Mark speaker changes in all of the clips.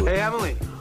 Speaker 1: Hey, Emily,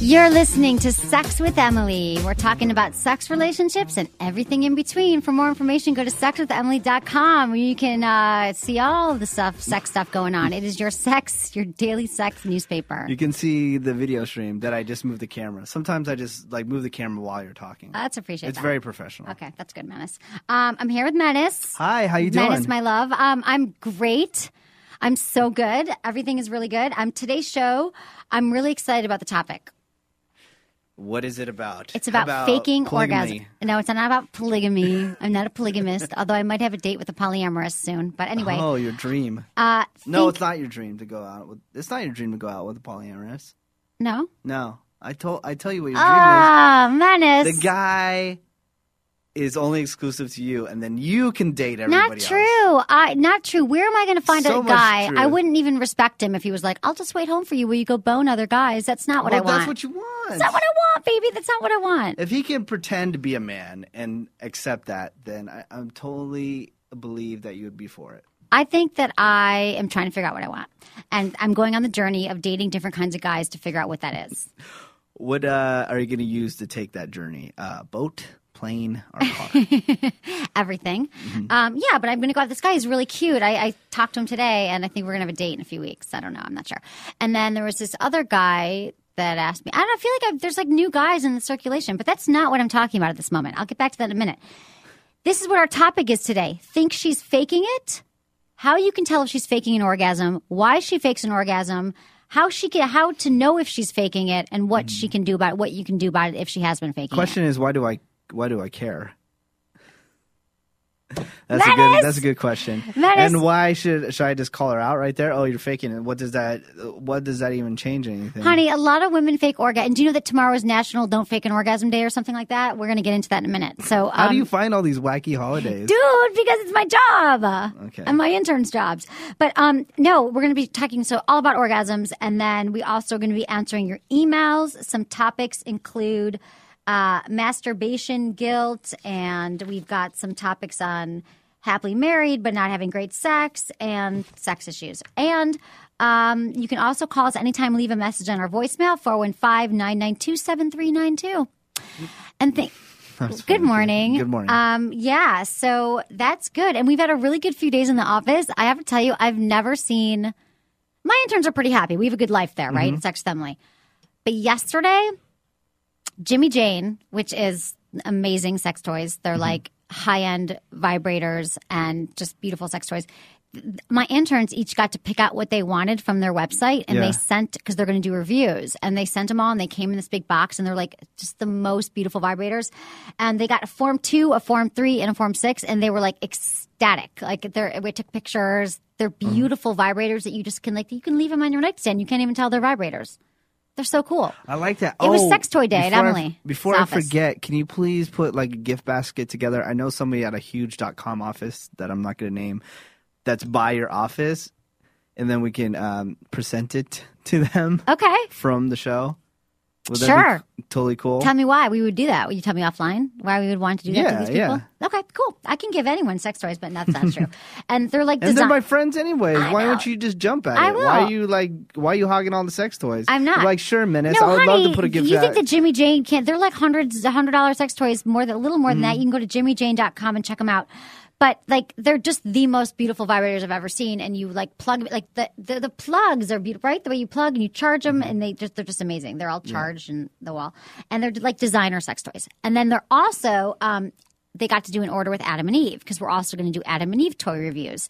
Speaker 2: You're listening to Sex with Emily. We're talking about sex relationships and everything in between. For more information, go to sexwithemily.com where you can uh, see all the stuff, sex stuff going on. It is your sex, your daily sex newspaper.
Speaker 3: You can see the video stream that I just moved the camera. Sometimes I just like move the camera while you're talking.
Speaker 2: That's appreciated.
Speaker 3: It's that. very professional.
Speaker 2: Okay, that's good, Menace. Um, I'm here with Menace.
Speaker 3: Hi, how you doing?
Speaker 2: Menace, my love. Um, I'm great. I'm so good. Everything is really good. Um, today's show, I'm really excited about the topic.
Speaker 3: What is it about?
Speaker 2: It's about, about faking polygamy. orgasm. No, it's not about polygamy. I'm not a polygamist, although I might have a date with a polyamorous soon. But anyway.
Speaker 3: Oh, your dream.
Speaker 2: Uh, think...
Speaker 3: No, it's not your dream to go out with. It's not your dream to go out with a polyamorous.
Speaker 2: No.
Speaker 3: No, I told. I tell you what your dream
Speaker 2: Ah,
Speaker 3: oh,
Speaker 2: is. menace.
Speaker 3: The guy is only exclusive to you, and then you can date everybody.
Speaker 2: Not true.
Speaker 3: Else.
Speaker 2: I not true. Where am I going to find
Speaker 3: so
Speaker 2: a guy?
Speaker 3: Truth.
Speaker 2: I wouldn't even respect him if he was like, "I'll just wait home for you while you go bone other guys." That's not what
Speaker 3: well,
Speaker 2: I want.
Speaker 3: That's what you want.
Speaker 2: That's not what I want, baby. That's not what I want.
Speaker 3: If he can pretend to be a man and accept that, then I, I'm totally believe that you would be for it.
Speaker 2: I think that I am trying to figure out what I want, and I'm going on the journey of dating different kinds of guys to figure out what that is.
Speaker 3: what uh, are you going to use to take that journey? Uh, boat plane or car?
Speaker 2: Everything. Mm-hmm. Um, yeah, but I'm going to go out. This guy is really cute. I, I talked to him today, and I think we're going to have a date in a few weeks. I don't know. I'm not sure. And then there was this other guy that asked me. I don't know, I feel like I've, there's like new guys in the circulation, but that's not what I'm talking about at this moment. I'll get back to that in a minute. This is what our topic is today. Think she's faking it? How you can tell if she's faking an orgasm? Why she fakes an orgasm? how she can how to know if she's faking it and what mm. she can do about it, what you can do about it if she has been faking
Speaker 3: question
Speaker 2: it.
Speaker 3: is why do i why do i care that's
Speaker 2: that
Speaker 3: a good
Speaker 2: is,
Speaker 3: that's a good question
Speaker 2: that
Speaker 3: and
Speaker 2: is,
Speaker 3: why should should i just call her out right there oh you're faking it what does that what does that even change anything
Speaker 2: honey a lot of women fake orgasm and do you know that tomorrow is national don't fake an orgasm day or something like that we're going to get into that in a minute so um,
Speaker 3: how do you find all these wacky holidays
Speaker 2: dude because it's my job
Speaker 3: okay.
Speaker 2: and my intern's jobs but um no we're going to be talking so all about orgasms and then we also are going to be answering your emails some topics include uh, masturbation guilt, and we've got some topics on happily married but not having great sex and sex issues. And um, you can also call us anytime, leave a message on our voicemail 415 992 7392. And thank.
Speaker 3: That's
Speaker 2: good morning.
Speaker 3: Good morning.
Speaker 2: Um, yeah, so that's good. And we've had a really good few days in the office. I have to tell you, I've never seen. My interns are pretty happy. We have a good life there, right? Mm-hmm. Sex family. But yesterday, Jimmy Jane, which is amazing sex toys. They're mm-hmm. like high end vibrators and just beautiful sex toys. My interns each got to pick out what they wanted from their website and
Speaker 3: yeah.
Speaker 2: they sent because they're going to do reviews and they sent them all and they came in this big box and they're like just the most beautiful vibrators. And they got a form two, a form three, and a form six. And they were like ecstatic. Like they're, we took pictures. They're beautiful mm. vibrators that you just can like, you can leave them on your nightstand. You can't even tell they're vibrators. They're so cool.
Speaker 3: I like that.
Speaker 2: It
Speaker 3: oh,
Speaker 2: was Sex Toy Day at
Speaker 3: before I-
Speaker 2: Emily.
Speaker 3: before I forget, can you please put like a gift basket together? I know somebody at a huge .com office that I'm not going to name that's by your office, and then we can um, present it to them.
Speaker 2: Okay.
Speaker 3: From the show. Would that be
Speaker 2: sure.
Speaker 3: c- totally cool.
Speaker 2: Tell me why we would do that. Will you tell me offline why we would want to do that
Speaker 3: Yeah,
Speaker 2: to these people?
Speaker 3: yeah.
Speaker 2: Okay, cool. I can give anyone sex toys, but that's not true. and they're like,
Speaker 3: and they're
Speaker 2: design-
Speaker 3: my friends anyways.
Speaker 2: I
Speaker 3: why
Speaker 2: know.
Speaker 3: don't you just jump at
Speaker 2: I
Speaker 3: it? Why
Speaker 2: will.
Speaker 3: are you like why are you hogging all the sex toys?
Speaker 2: I'm not.
Speaker 3: You're like sure, menace.
Speaker 2: no,
Speaker 3: I would
Speaker 2: honey,
Speaker 3: love to put a gift.
Speaker 2: you
Speaker 3: basket.
Speaker 2: think that Jimmy Jane can't? They're like hundreds, hundred dollar sex toys, more than a little more than that. You can go to jimmyjane.com and check them out. But like, they're just the most beautiful vibrators I've ever seen. And you like plug like the the, the plugs are beautiful, right? The way you plug and you charge them, and they just they're just amazing. They're all charged in the wall, and they're like designer sex toys. And then they're also um, they got to do an order with Adam and Eve because we're also going to do Adam and Eve toy reviews.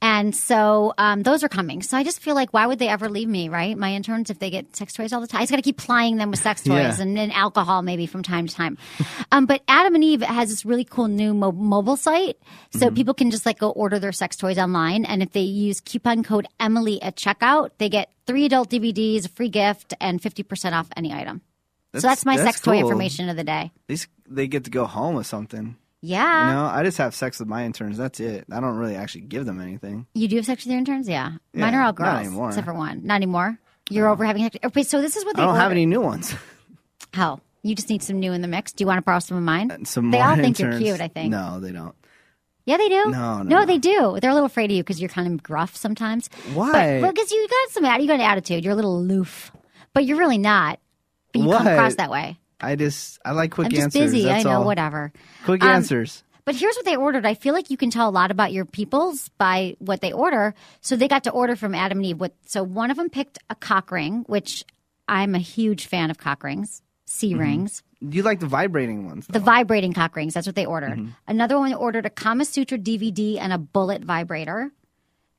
Speaker 2: And so um, those are coming. So I just feel like, why would they ever leave me, right? My interns, if they get sex toys all the time, I just got to keep plying them with sex toys
Speaker 3: Yeah.
Speaker 2: and, and alcohol maybe from time to time. um, but Adam and Eve has this really cool new mo- mobile site. So
Speaker 3: Mm-hmm.
Speaker 2: people can just like go order their sex toys online. And if they use coupon code Emily at checkout, they get three adult DVDs, a free gift, and 50% off any item. so
Speaker 3: That's-
Speaker 2: that's my
Speaker 3: that's
Speaker 2: sex toy
Speaker 3: cool.
Speaker 2: information of the day.
Speaker 3: At least they get to go home with something.
Speaker 2: Yeah.
Speaker 3: You know, I just have sex with my interns. That's it. I don't really actually give them anything.
Speaker 2: You do have sex with your interns? Yeah. Mine
Speaker 3: Yeah,
Speaker 2: are all
Speaker 3: not
Speaker 2: girls.
Speaker 3: anymore. Oh.
Speaker 2: Except for one. Not anymore. You're over having sex. Okay, so this is what they
Speaker 3: I don't have
Speaker 2: ordered.
Speaker 3: any new ones.
Speaker 2: How? You just need some new in the mix. Do you want to borrow some of mine?
Speaker 3: Some
Speaker 2: they
Speaker 3: more
Speaker 2: all think
Speaker 3: interns.
Speaker 2: you're cute, I think.
Speaker 3: No, they don't.
Speaker 2: Yeah, they do.
Speaker 3: No, no,
Speaker 2: No,
Speaker 3: no.
Speaker 2: they do. They're a little afraid of you because you're kind of gruff sometimes.
Speaker 3: Why?
Speaker 2: But because you got some atti- you got an attitude. You're a little aloof. But you're really not. But you come
Speaker 3: What?
Speaker 2: across that way.
Speaker 3: I just I like quick
Speaker 2: I'm just
Speaker 3: answers.
Speaker 2: busy.
Speaker 3: That's
Speaker 2: I know,
Speaker 3: all.
Speaker 2: whatever.
Speaker 3: Quick
Speaker 2: Um,
Speaker 3: answers.
Speaker 2: But here's what they ordered. I feel like you can tell a lot about your peoples by what they order. So they got to order from Adam and Eve. What? So one of them picked a cock ring, which I'm a huge fan of cock rings, C
Speaker 3: Mm-hmm.
Speaker 2: rings,
Speaker 3: You like the vibrating ones.
Speaker 2: the
Speaker 3: though.
Speaker 2: vibrating cock rings. That's what they ordered.
Speaker 3: Mm-hmm.
Speaker 2: Another one ordered a Kama Sutra DVD and a bullet vibrator,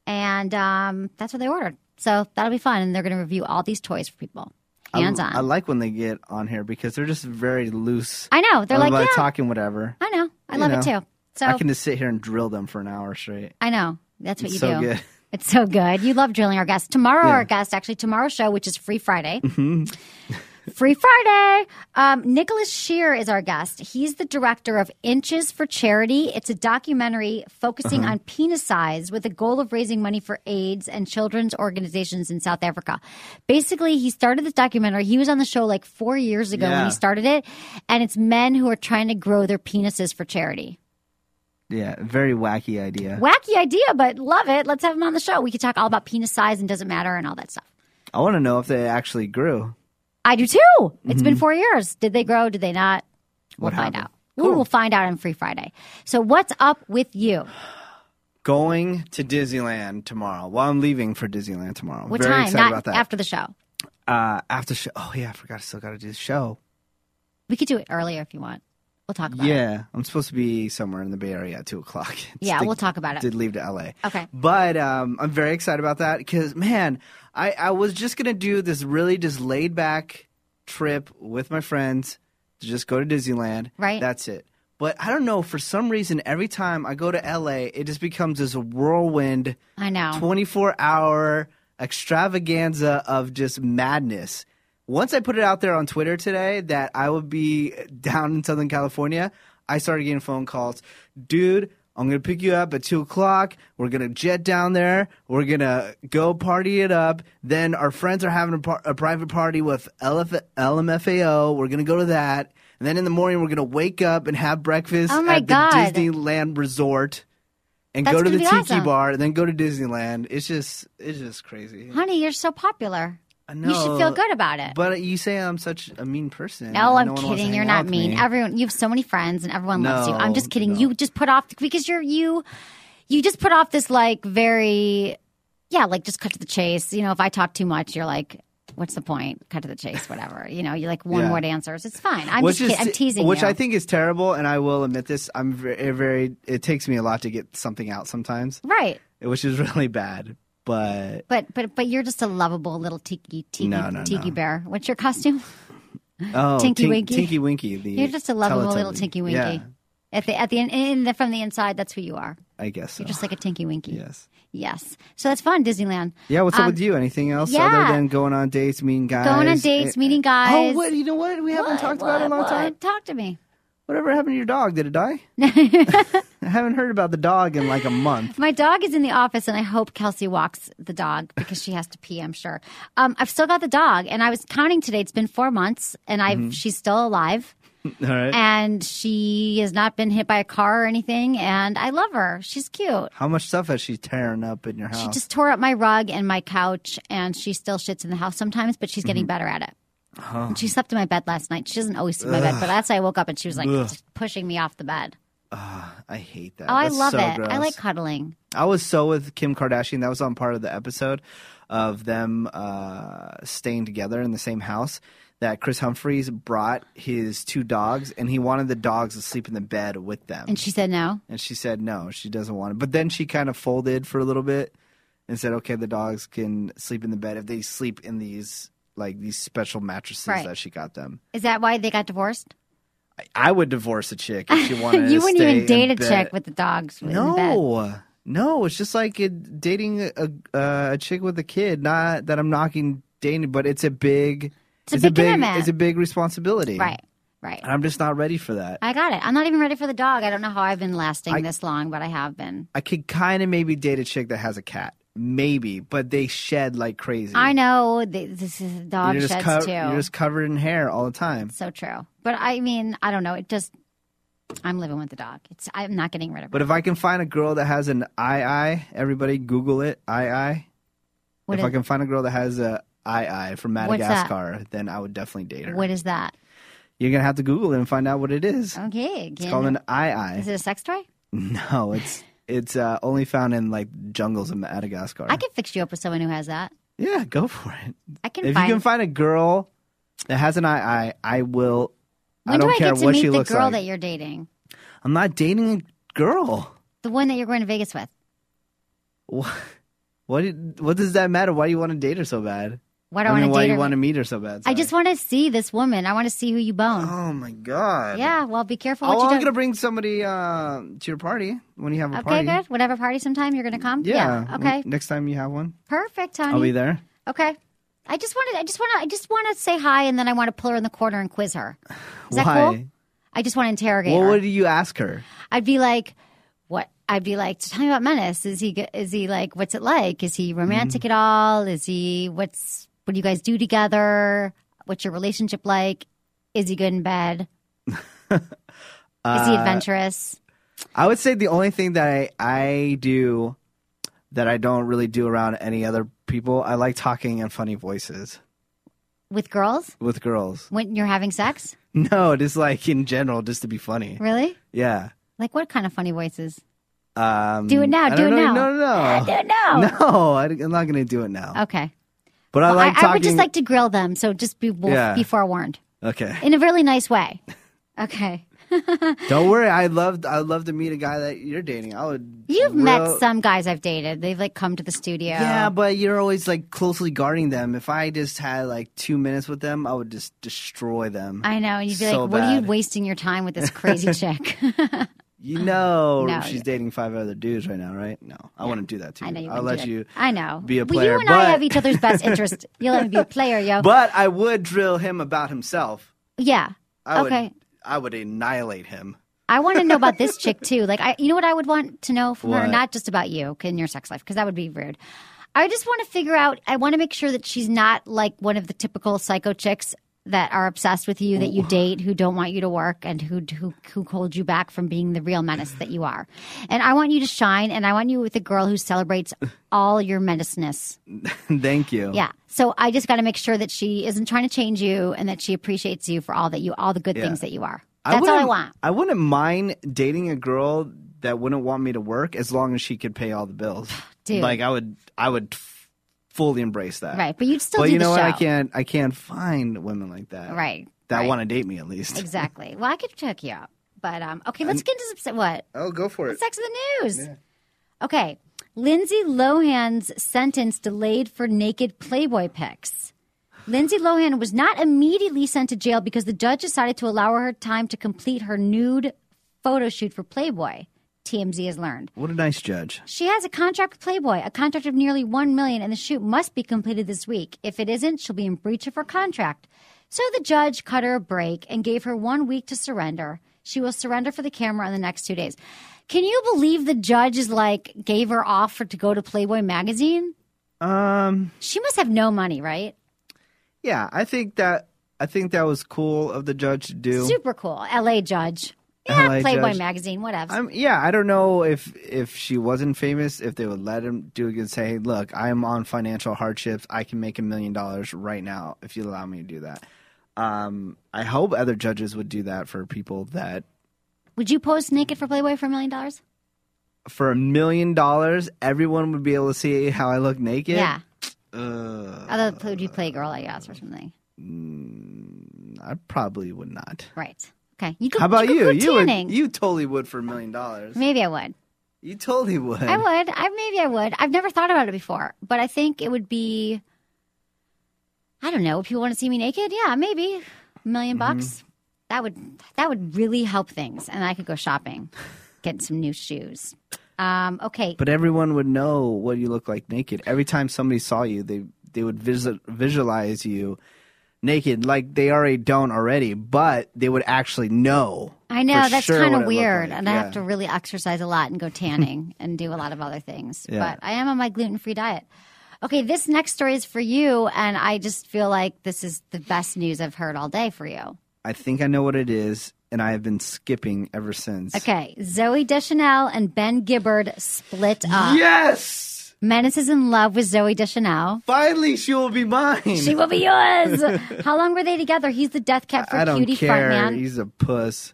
Speaker 2: and um, that's what they ordered. So that'll be fun, and they're going to review all these toys for people, hands
Speaker 3: I,
Speaker 2: on.
Speaker 3: I like when they get on here because they're just very loose.
Speaker 2: I know. They're like,
Speaker 3: about
Speaker 2: yeah,
Speaker 3: talking whatever.
Speaker 2: I know. I
Speaker 3: you
Speaker 2: love it
Speaker 3: know,
Speaker 2: too. So
Speaker 3: I can just sit here and drill them for an hour straight.
Speaker 2: I know. That's what
Speaker 3: It's
Speaker 2: you
Speaker 3: so
Speaker 2: do.
Speaker 3: good.
Speaker 2: It's so good. You love drilling our guests. Tomorrow,
Speaker 3: Yeah. Mm-hmm.
Speaker 2: our guest, actually, tomorrow's show, which is Free Friday. Free Friday. Um, Nicholas Shear is our guest. He's the director of Inches for Charity. It's a documentary focusing
Speaker 3: Uh-huh.
Speaker 2: on penis size with the goal of raising money for AIDS and children's organizations in South Africa. Basically, he started this documentary. He was on the show like four years ago when
Speaker 3: Yeah.
Speaker 2: he started it. And it's men who are trying to grow their penises for charity.
Speaker 3: Yeah, very wacky idea.
Speaker 2: Wacky idea, but love it. Let's have him on the show. We could talk all about penis size and doesn't matter and all that stuff.
Speaker 3: I want to know if they actually grew.
Speaker 2: I do too. It's been four years. Did they grow? Did they not? We'll
Speaker 3: Mm-hmm. What
Speaker 2: find
Speaker 3: happened?
Speaker 2: out. We will find out on Free Friday. So what's up with you?
Speaker 3: Going to Disneyland tomorrow. Well, I'm leaving for Disneyland tomorrow.
Speaker 2: What
Speaker 3: very
Speaker 2: time?
Speaker 3: excited
Speaker 2: Not
Speaker 3: about that.
Speaker 2: after the show.
Speaker 3: uh, after show. Oh yeah, I forgot. I still got to do the show.
Speaker 2: We could do it earlier if you want. We'll talk about it.
Speaker 3: Yeah, I'm supposed to be somewhere in the Bay Area at two o'clock. It's
Speaker 2: Yeah,
Speaker 3: the-
Speaker 2: we'll talk about it.
Speaker 3: Did leave to LA.
Speaker 2: Okay.
Speaker 3: but um, I'm very excited about that because man, I I was just gonna do this really just laid back trip with my friends to just go to Disneyland.
Speaker 2: Right.
Speaker 3: That's it. But I don't know. For some reason, every time I go to LA, it just becomes this whirlwind.
Speaker 2: I know.
Speaker 3: 24 hour extravaganza of just madness. Once I put it out there on Twitter today that I would be down in Southern California, I started getting phone calls. Dude, I'm going to pick you up at 2 o'clock. We're going to jet down there. We're going to go party it up. Then our friends are having a, par- a private party with LF- LMFAO. We're going to go to that. And then in the morning, we're going to wake up and have breakfast
Speaker 2: Oh my
Speaker 3: at
Speaker 2: God.
Speaker 3: the Disneyland Resort and
Speaker 2: That's
Speaker 3: go to the
Speaker 2: gonna be
Speaker 3: tiki
Speaker 2: awesome.
Speaker 3: bar and then go to Disneyland. It's just it's just crazy.
Speaker 2: Honey, you're so popular.
Speaker 3: I know.
Speaker 2: You should feel good about it.
Speaker 3: But you say I'm such a mean person. and
Speaker 2: no, I'm
Speaker 3: one wants to
Speaker 2: kidding.
Speaker 3: hang
Speaker 2: You're
Speaker 3: out
Speaker 2: not
Speaker 3: with
Speaker 2: mean.
Speaker 3: me.
Speaker 2: Everyone, you have so many friends, and everyone loves you. I'm just
Speaker 3: No,
Speaker 2: kidding.
Speaker 3: no.
Speaker 2: You just put off because you're you, you just put off this like very, yeah, like just cut to the chase. You know, if I talk too much, you're like, what's the point? Cut to the chase, whatever. You know, you like one
Speaker 3: Yeah.
Speaker 2: word answers. It's fine. I'm
Speaker 3: which
Speaker 2: just
Speaker 3: is-
Speaker 2: kidding. I'm teasing
Speaker 3: Which
Speaker 2: you.
Speaker 3: I think is terrible, and I will admit this. I'm very, very. It takes me a lot to get something out sometimes,
Speaker 2: right.
Speaker 3: which is really bad. But
Speaker 2: But but but you're just a lovable little tiki tiki
Speaker 3: No, no,
Speaker 2: tiki
Speaker 3: no.
Speaker 2: bear. What's your costume?
Speaker 3: oh,
Speaker 2: Tinky
Speaker 3: Tink-
Speaker 2: Winky?
Speaker 3: Tinky Winky. The
Speaker 2: You're just a lovable little
Speaker 3: Teletubby.
Speaker 2: tinky winky.
Speaker 3: Yeah,
Speaker 2: At the at the in, in the, from the inside, that's who you are.
Speaker 3: I guess so.
Speaker 2: You're just like a tinky winky.
Speaker 3: yes.
Speaker 2: Yes. So that's fun, Disneyland.
Speaker 3: Yeah, what's
Speaker 2: Um,
Speaker 3: up with you? Anything else
Speaker 2: yeah.
Speaker 3: other than going on dates, meeting guys?
Speaker 2: Going on dates,
Speaker 3: Eh,
Speaker 2: meeting
Speaker 3: Oh,
Speaker 2: guys.
Speaker 3: what? You know what? We haven't
Speaker 2: What?
Speaker 3: talked about it in a long
Speaker 2: What?
Speaker 3: time.
Speaker 2: Talk to me.
Speaker 3: Whatever happened to your dog? Did it die? I haven't heard about the dog in like a month.
Speaker 2: My dog is in the office, and I hope Kelsey walks the dog because she has to pee. I'm sure. Um, I've still got the dog, and I was counting today. It's been four months, and I've
Speaker 3: Mm-hmm.
Speaker 2: she's still alive,
Speaker 3: All right.
Speaker 2: and she has not been hit by a car or anything. And I love her. She's cute.
Speaker 3: How much stuff has she tearing up in your house?
Speaker 2: She just tore up my rug and my couch, and she still shits in the house sometimes, but she's getting
Speaker 3: Mm-hmm.
Speaker 2: better at it. And She slept in my bed last night. She doesn't always sleep in my bed, but that's why I woke up and she was like pushing me off the bed.
Speaker 3: I hate that.
Speaker 2: Oh, I
Speaker 3: That's
Speaker 2: love
Speaker 3: so
Speaker 2: it.
Speaker 3: gross.
Speaker 2: I like cuddling.
Speaker 3: I was so with Kim Kardashian. That was on part of the episode of them uh, staying together in the same house. That Chris Humphries brought his two dogs, and he wanted the dogs to sleep in the bed with them.
Speaker 2: And she said no.
Speaker 3: And she said no, she doesn't want it. But then she kind of folded for a little bit and said, "Okay, the dogs can sleep in the bed if they sleep in these like these special mattresses
Speaker 2: Right.
Speaker 3: that she got them."
Speaker 2: Is that why they got divorced?
Speaker 3: I, I would divorce a chick if she wanted.
Speaker 2: you
Speaker 3: to
Speaker 2: wouldn't
Speaker 3: stay
Speaker 2: even date
Speaker 3: in
Speaker 2: a
Speaker 3: bed.
Speaker 2: chick with the dogs in the bed.
Speaker 3: No, no, it's just like it, dating a, a a chick with a kid. Not that I'm knocking dating, but it's a big.
Speaker 2: It's a big commitment.
Speaker 3: It's a big responsibility.
Speaker 2: Right. Right.
Speaker 3: And I'm just not ready for that.
Speaker 2: I got it. I'm not even ready for the dog. I don't know how I've been lasting
Speaker 3: I-
Speaker 2: this long, but I have been.
Speaker 3: I could kind of maybe date a chick that has a cat, maybe, but they shed like crazy.
Speaker 2: I know th- this is dog
Speaker 3: you're just
Speaker 2: sheds
Speaker 3: cov-
Speaker 2: too.
Speaker 3: You're just covered in hair all the time.
Speaker 2: so true. But I mean, I don't know. It just I'm living with the dog. It's I'm not getting rid of it.
Speaker 3: But if I can find a girl that has an eye eye, everybody Google it, eye eye.
Speaker 2: What
Speaker 3: if I
Speaker 2: is-
Speaker 3: can find a girl that has a eye eye from
Speaker 2: What's that?
Speaker 3: Madagascar, then I would definitely date her.
Speaker 2: what is that?
Speaker 3: You're gonna have to Google it and find out what it is.
Speaker 2: Okay, again,
Speaker 3: it's called an eye eye.
Speaker 2: is it a sex toy?
Speaker 3: No, it's it's uh, only found in like jungles of Madagascar.
Speaker 2: I can fix you up with someone who has that.
Speaker 3: yeah, go for it.
Speaker 2: I can
Speaker 3: If
Speaker 2: find.
Speaker 3: you can find a girl that has an eye eye, I will.
Speaker 2: when
Speaker 3: I don't
Speaker 2: do I
Speaker 3: care
Speaker 2: get to
Speaker 3: what
Speaker 2: meet
Speaker 3: she
Speaker 2: the
Speaker 3: looks
Speaker 2: girl
Speaker 3: like.
Speaker 2: that you're dating?
Speaker 3: I'm not dating a girl.
Speaker 2: The one that you're going to Vegas with?
Speaker 3: What? What, did- what does that matter? Why do you want to date her so bad?
Speaker 2: Why do
Speaker 3: I
Speaker 2: I,
Speaker 3: mean,
Speaker 2: want to
Speaker 3: why
Speaker 2: date
Speaker 3: do you
Speaker 2: her?
Speaker 3: want to meet her so bad?
Speaker 2: I just
Speaker 3: Sorry.
Speaker 2: want to see this woman. I want to see who you bone.
Speaker 3: Oh my god.
Speaker 2: yeah, well, be careful
Speaker 3: Oh,
Speaker 2: what
Speaker 3: I'm
Speaker 2: you do.
Speaker 3: gonna bring somebody uh, to your party when you have a party.
Speaker 2: Okay, good. Whatever party sometime you're going to come.
Speaker 3: Yeah. when-
Speaker 2: Okay.
Speaker 3: Next time you have one,
Speaker 2: Perfect, honey.
Speaker 3: I'll be there.
Speaker 2: Okay. I just wanted. I just want to. I just want to say hi, and then I want to pull her in the corner and quiz her. Is that cool?
Speaker 3: Why?
Speaker 2: I just want to interrogate
Speaker 3: What
Speaker 2: her.
Speaker 3: would you ask her?
Speaker 2: I'd be like, what? I'd be like, so tell me about Menace. Is he? go- Is he like? What's it like? Is
Speaker 3: Mm-hmm.
Speaker 2: he romantic at all? Is he? What's? What do you guys do together? What's your relationship like? Is he good in bed? is
Speaker 3: Uh,
Speaker 2: he adventurous?
Speaker 3: I would say the only thing that I, I do that I don't really do around any other people, I like talking and funny voices
Speaker 2: With girls
Speaker 3: with girls.
Speaker 2: when you're having sex?
Speaker 3: No, just like in general, just to be funny.
Speaker 2: Really?
Speaker 3: Yeah.
Speaker 2: Like what kind of funny voices?
Speaker 3: Um,
Speaker 2: Do it now,
Speaker 3: I
Speaker 2: do
Speaker 3: don't
Speaker 2: it
Speaker 3: know-
Speaker 2: now.
Speaker 3: No, no, no.
Speaker 2: Do it now.
Speaker 3: No, I, am not going to do it now.
Speaker 2: Okay.
Speaker 3: But I
Speaker 2: Well,
Speaker 3: like
Speaker 2: I,
Speaker 3: talking.
Speaker 2: I would just like to grill them, so just be wo-
Speaker 3: Yeah.
Speaker 2: be forewarned
Speaker 3: okay.
Speaker 2: in a really nice way. Okay.
Speaker 3: Don't worry. I love. I love to meet a guy that you're dating. I would.
Speaker 2: You've met
Speaker 3: real-
Speaker 2: some guys I've dated. They've like come to the studio.
Speaker 3: Yeah, but you're always like closely guarding them. If I just had like two minutes with them, I would just destroy them.
Speaker 2: I know. And you'd be
Speaker 3: So
Speaker 2: like, what are you
Speaker 3: bad.
Speaker 2: wasting your time with this crazy chick?
Speaker 3: You know,
Speaker 2: No,
Speaker 3: she's
Speaker 2: yeah.
Speaker 3: dating five other dudes right now, right? No, I wouldn't do that to you.
Speaker 2: I know you
Speaker 3: I'll
Speaker 2: wouldn't
Speaker 3: let
Speaker 2: do that.
Speaker 3: you.
Speaker 2: I know.
Speaker 3: be a
Speaker 2: Well,
Speaker 3: player,
Speaker 2: you and I
Speaker 3: but-
Speaker 2: have each other's best interest. You'll let me be a player, yo.
Speaker 3: But I would drill him about himself.
Speaker 2: yeah.
Speaker 3: I
Speaker 2: okay.
Speaker 3: would. I would annihilate him.
Speaker 2: I want to know about this chick too. Like, I, you know what I would want to know from her,
Speaker 3: What?
Speaker 2: not just about you in your sex life, because that would be rude. I just want to figure out. I want to make sure that she's not like one of the typical psycho chicks that are obsessed with you that you date, who don't want you to work, and who who who hold you back from being the real menace that you are. And I want you to shine, and I want you with a girl who celebrates all your menaceness.
Speaker 3: Thank you.
Speaker 2: Yeah. So I just got to make sure that she isn't trying to change you, and that she appreciates you for all that you, all the good things that you are. That's all I
Speaker 3: wouldn't-
Speaker 2: want.
Speaker 3: I wouldn't mind dating a girl that wouldn't want me to work as long as she could pay all the bills.
Speaker 2: Dude.
Speaker 3: Like I would, I would f- fully embrace that.
Speaker 2: Right, but you'd still
Speaker 3: Well,
Speaker 2: do
Speaker 3: you
Speaker 2: the
Speaker 3: know
Speaker 2: show.
Speaker 3: what? I can't. I can't find women like that.
Speaker 2: Right.
Speaker 3: That
Speaker 2: right.
Speaker 3: want to date me at least.
Speaker 2: Exactly. Well, I could check you up. But um okay, let's get into some what?
Speaker 3: Oh, go for it.
Speaker 2: Sex in the news. Okay. Lindsay Lohan's sentence delayed for naked Playboy pics. Lindsay Lohan was not immediately sent to jail because the judge decided to allow her time to complete her nude photo shoot for Playboy. TMZ has learned.
Speaker 3: What a nice judge.
Speaker 2: She has a contract with Playboy, a contract of nearly 1 million and the shoot must be completed this week. If it isn't, she'll be in breach of her contract. So the judge cut her a break and gave her 1 week to surrender. She will surrender for the camera in the next 2 days. Can you believe the judge is like gave her off for to go to Playboy magazine?
Speaker 3: Um.
Speaker 2: She must have no money, right?
Speaker 3: Yeah, I think that. I think that was cool of the judge to do.
Speaker 2: Super cool. LA judge. Yeah,
Speaker 3: LA
Speaker 2: Playboy
Speaker 3: judge.
Speaker 2: magazine, whatever.
Speaker 3: I'm, yeah, I don't know if if she wasn't famous, if they would let him do it and say, "Look, I'm on financial hardships. I can make a million dollars right now if you allow me to do that." Um, I hope other judges would do that for people that
Speaker 2: Would you post naked for Playboy for a million dollars?
Speaker 3: for a million dollars, everyone would be able to see how I look naked.
Speaker 2: Yeah.
Speaker 3: uh,
Speaker 2: Although would you play girl, I guess, or something?
Speaker 3: I probably would not.
Speaker 2: Right. Okay. You could,
Speaker 3: How about
Speaker 2: could
Speaker 3: you?
Speaker 2: quit
Speaker 3: You would,
Speaker 2: tanning.
Speaker 3: you totally would for a million dollars.
Speaker 2: Maybe I would.
Speaker 3: You totally would.
Speaker 2: I would. I maybe I would. I've never thought about it before, but I think it would be. I don't know. If people want to see me naked, yeah, maybe a 1000000
Speaker 3: Mm-hmm.
Speaker 2: bucks. That would that would really help things, and I could go shopping, get some new shoes. Um, okay,
Speaker 3: But everyone would know what you look like naked. Every time somebody saw you, they they would visit, visualize you naked like they already don't already, but they would actually know.
Speaker 2: I know
Speaker 3: for
Speaker 2: that's
Speaker 3: sure
Speaker 2: kind
Speaker 3: what it
Speaker 2: of
Speaker 3: looked
Speaker 2: weird,
Speaker 3: like.
Speaker 2: and I
Speaker 3: Yeah.
Speaker 2: have to really exercise a lot and go tanning and do a lot of other things.
Speaker 3: Yeah.
Speaker 2: But I am on my gluten free diet. Okay, this next story is for you, and I just feel like this is the best news I've heard all day for you.
Speaker 3: I think I know what it is, and I have been skipping ever since.
Speaker 2: Okay, Zoe Deschanel and Ben Gibbard split up.
Speaker 3: Yes!
Speaker 2: Menace is in love with Zoe Deschanel.
Speaker 3: Finally, she will be mine.
Speaker 2: She will be yours. How long were they together? He's the death cat for
Speaker 3: I don't
Speaker 2: cutie
Speaker 3: care.
Speaker 2: frontman.
Speaker 3: He's a puss.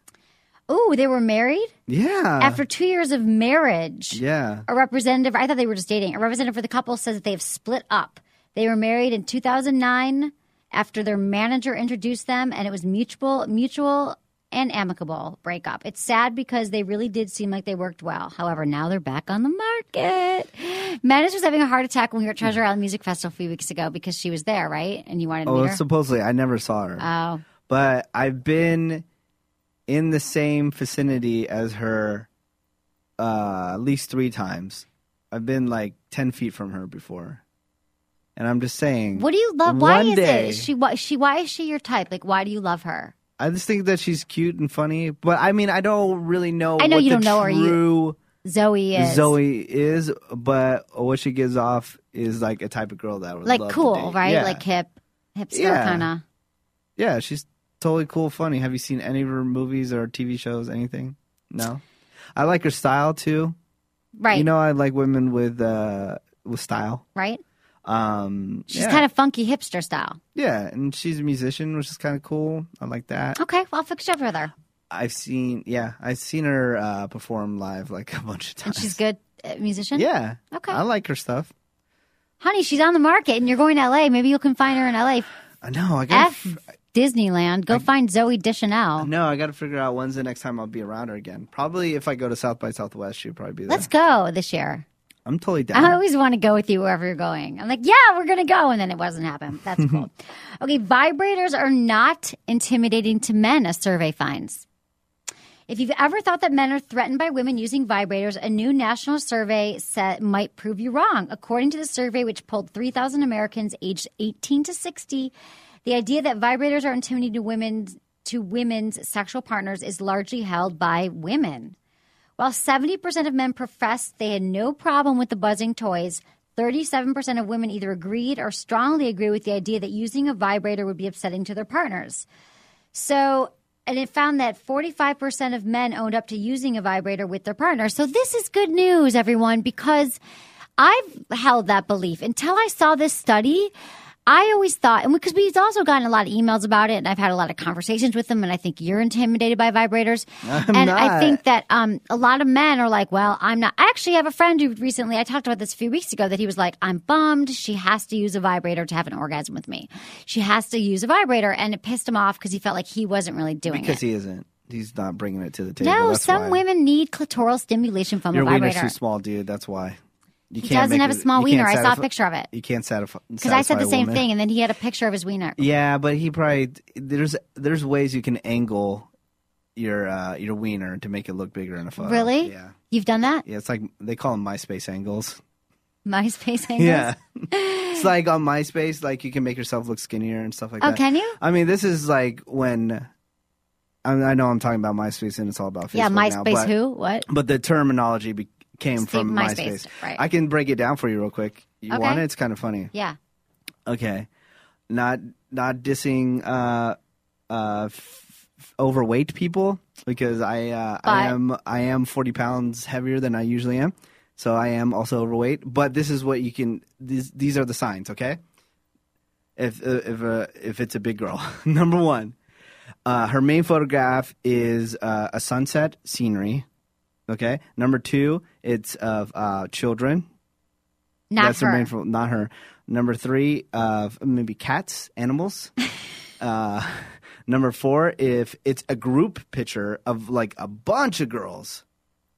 Speaker 2: Ooh, they were married
Speaker 3: Yeah.
Speaker 2: after two years of marriage.
Speaker 3: Uh. yeah.
Speaker 2: a representative i thought they were just dating a representative for the couple says that they have split up they were married in 2009 after their manager introduced them and it was mutual mutual and amicable breakup it's sad because they really did seem like they worked well however now they're back on the market Madness was having a heart attack when we were at treasure island music festival a few weeks ago because she was there right and you wanted to
Speaker 3: Oh,
Speaker 2: meet her
Speaker 3: supposedly I never saw her,
Speaker 2: oh
Speaker 3: but I've been in the same vicinity as her uh, at least three times. I've been like ten feet from her before, and I'm just saying.
Speaker 2: what do you love why
Speaker 3: One
Speaker 2: is
Speaker 3: day-
Speaker 2: it she why she why is she your type like why do you love her
Speaker 3: I just think that she's cute and funny, but I mean, I don't really know.
Speaker 2: I know
Speaker 3: what
Speaker 2: you
Speaker 3: the
Speaker 2: don't know her, you-
Speaker 3: True
Speaker 2: zoe is
Speaker 3: Zoe is, but what she gives off is like a type of girl that I would
Speaker 2: like
Speaker 3: love to
Speaker 2: cool
Speaker 3: date.
Speaker 2: right
Speaker 3: Yeah.
Speaker 2: like hip hipster
Speaker 3: Yeah.
Speaker 2: kind of
Speaker 3: Yeah, she's totally cool, funny. Have you seen any of her movies or TV shows? Anything? No. I like her style too.
Speaker 2: Right.
Speaker 3: You know, I like women with uh with style.
Speaker 2: right?
Speaker 3: Um,
Speaker 2: She's
Speaker 3: yeah.
Speaker 2: kind of funky hipster style.
Speaker 3: yeah, and she's a musician, which is kind of cool. I like that.
Speaker 2: Okay, well, I'll fix you up with her.
Speaker 3: I've seen, yeah, I've seen her uh perform live like a bunch of
Speaker 2: And
Speaker 3: times.
Speaker 2: she's good uh, musician.
Speaker 3: Yeah.
Speaker 2: Okay.
Speaker 3: I like her stuff.
Speaker 2: Honey, she's on the market and you're going to LA. Maybe you can find her in LA.
Speaker 3: I know. I got.
Speaker 2: F Disneyland. Go find Zoe Deschanel.
Speaker 3: No, I got to figure out when's the next time I'll be around her again. Probably if I go to South by Southwest, she'd probably be there.
Speaker 2: Let's Uh-huh. go this year.
Speaker 3: I'm totally down.
Speaker 2: I always want to go with you wherever you're going. I'm like, yeah, we're going to go. And then it wasn't happen. That's cool. Okay, vibrators are not intimidating to men, a survey finds. If you've ever thought that men are threatened by women using vibrators, a new national survey set might prove you wrong. According to the survey, which polled 3,000 Americans aged 18 to 60, the idea that vibrators are intimidating to women to women's sexual partners is largely held by women. While 70% of men professed they had no problem with the buzzing toys, 37% of women either agreed or strongly agree with the idea that using a vibrator would be upsetting to their partners. So, and it found that 45% of men owned up to using a vibrator with their partner. So, this is good news, everyone, because I've held that belief until I saw this study. I always thought, and because we've also gotten a lot of emails about it, and I've had a lot of conversations with them, and I think you're intimidated by vibrators. and I
Speaker 3: not.
Speaker 2: think that um, a lot of men are like, well, I'm not. I actually have a friend who recently, I talked about this a few weeks ago, that he was like, I'm bummed. She has to use a vibrator to have an orgasm with me. She has to use a vibrator. And it pissed him off because he felt like he wasn't really doing
Speaker 3: Because
Speaker 2: it.
Speaker 3: he isn't. He's not bringing it to the table.
Speaker 2: No,
Speaker 3: That's
Speaker 2: some
Speaker 3: why.
Speaker 2: women need clitoral stimulation from
Speaker 3: Your
Speaker 2: a
Speaker 3: wiener's
Speaker 2: vibrator.
Speaker 3: too small, dude. That's why. You
Speaker 2: He doesn't
Speaker 3: make
Speaker 2: have a small
Speaker 3: you can't
Speaker 2: wiener. I saw a
Speaker 3: satisfi-
Speaker 2: picture of it.
Speaker 3: You can't satisfy.
Speaker 2: Because I said the same thing, and then he had a picture of his wiener.
Speaker 3: Yeah, but he probably there's there's ways you can angle your uh your wiener to make it look bigger in a photo.
Speaker 2: Really?
Speaker 3: Yeah.
Speaker 2: You've done that?
Speaker 3: Yeah, it's like they call them MySpace angles.
Speaker 2: MySpace angles?
Speaker 3: Yeah. it's like on MySpace, like you can make yourself look skinnier and stuff like
Speaker 2: Oh,
Speaker 3: that.
Speaker 2: can you?
Speaker 3: I mean, this is like when I, mean, I know I'm talking about MySpace and it's all about Facebook
Speaker 2: yeah,
Speaker 3: now,
Speaker 2: MySpace
Speaker 3: but-
Speaker 2: who? What?
Speaker 3: But the terminology be- came
Speaker 2: Steve-
Speaker 3: from
Speaker 2: MySpace,
Speaker 3: MySpace.
Speaker 2: right.
Speaker 3: I can break it down for you real quick. You
Speaker 2: Okay.
Speaker 3: want it? It's kind of funny.
Speaker 2: Yeah.
Speaker 3: Okay. Not not dissing uh uh f- f- overweight people because I uh, I
Speaker 2: But-
Speaker 3: am I am 40 pounds heavier than I usually am. So I am also overweight, but this is what you can these these are the signs, okay? If uh, if uh, if it's a big girl. Number 1. Uh, her main photograph is uh, a sunset scenery. Okay. Number two, it's of uh, children.
Speaker 2: Not
Speaker 3: That's
Speaker 2: her.
Speaker 3: her main fo- not her. Number three, of maybe cats, animals. uh, number four, if it's a group picture of like a bunch of girls,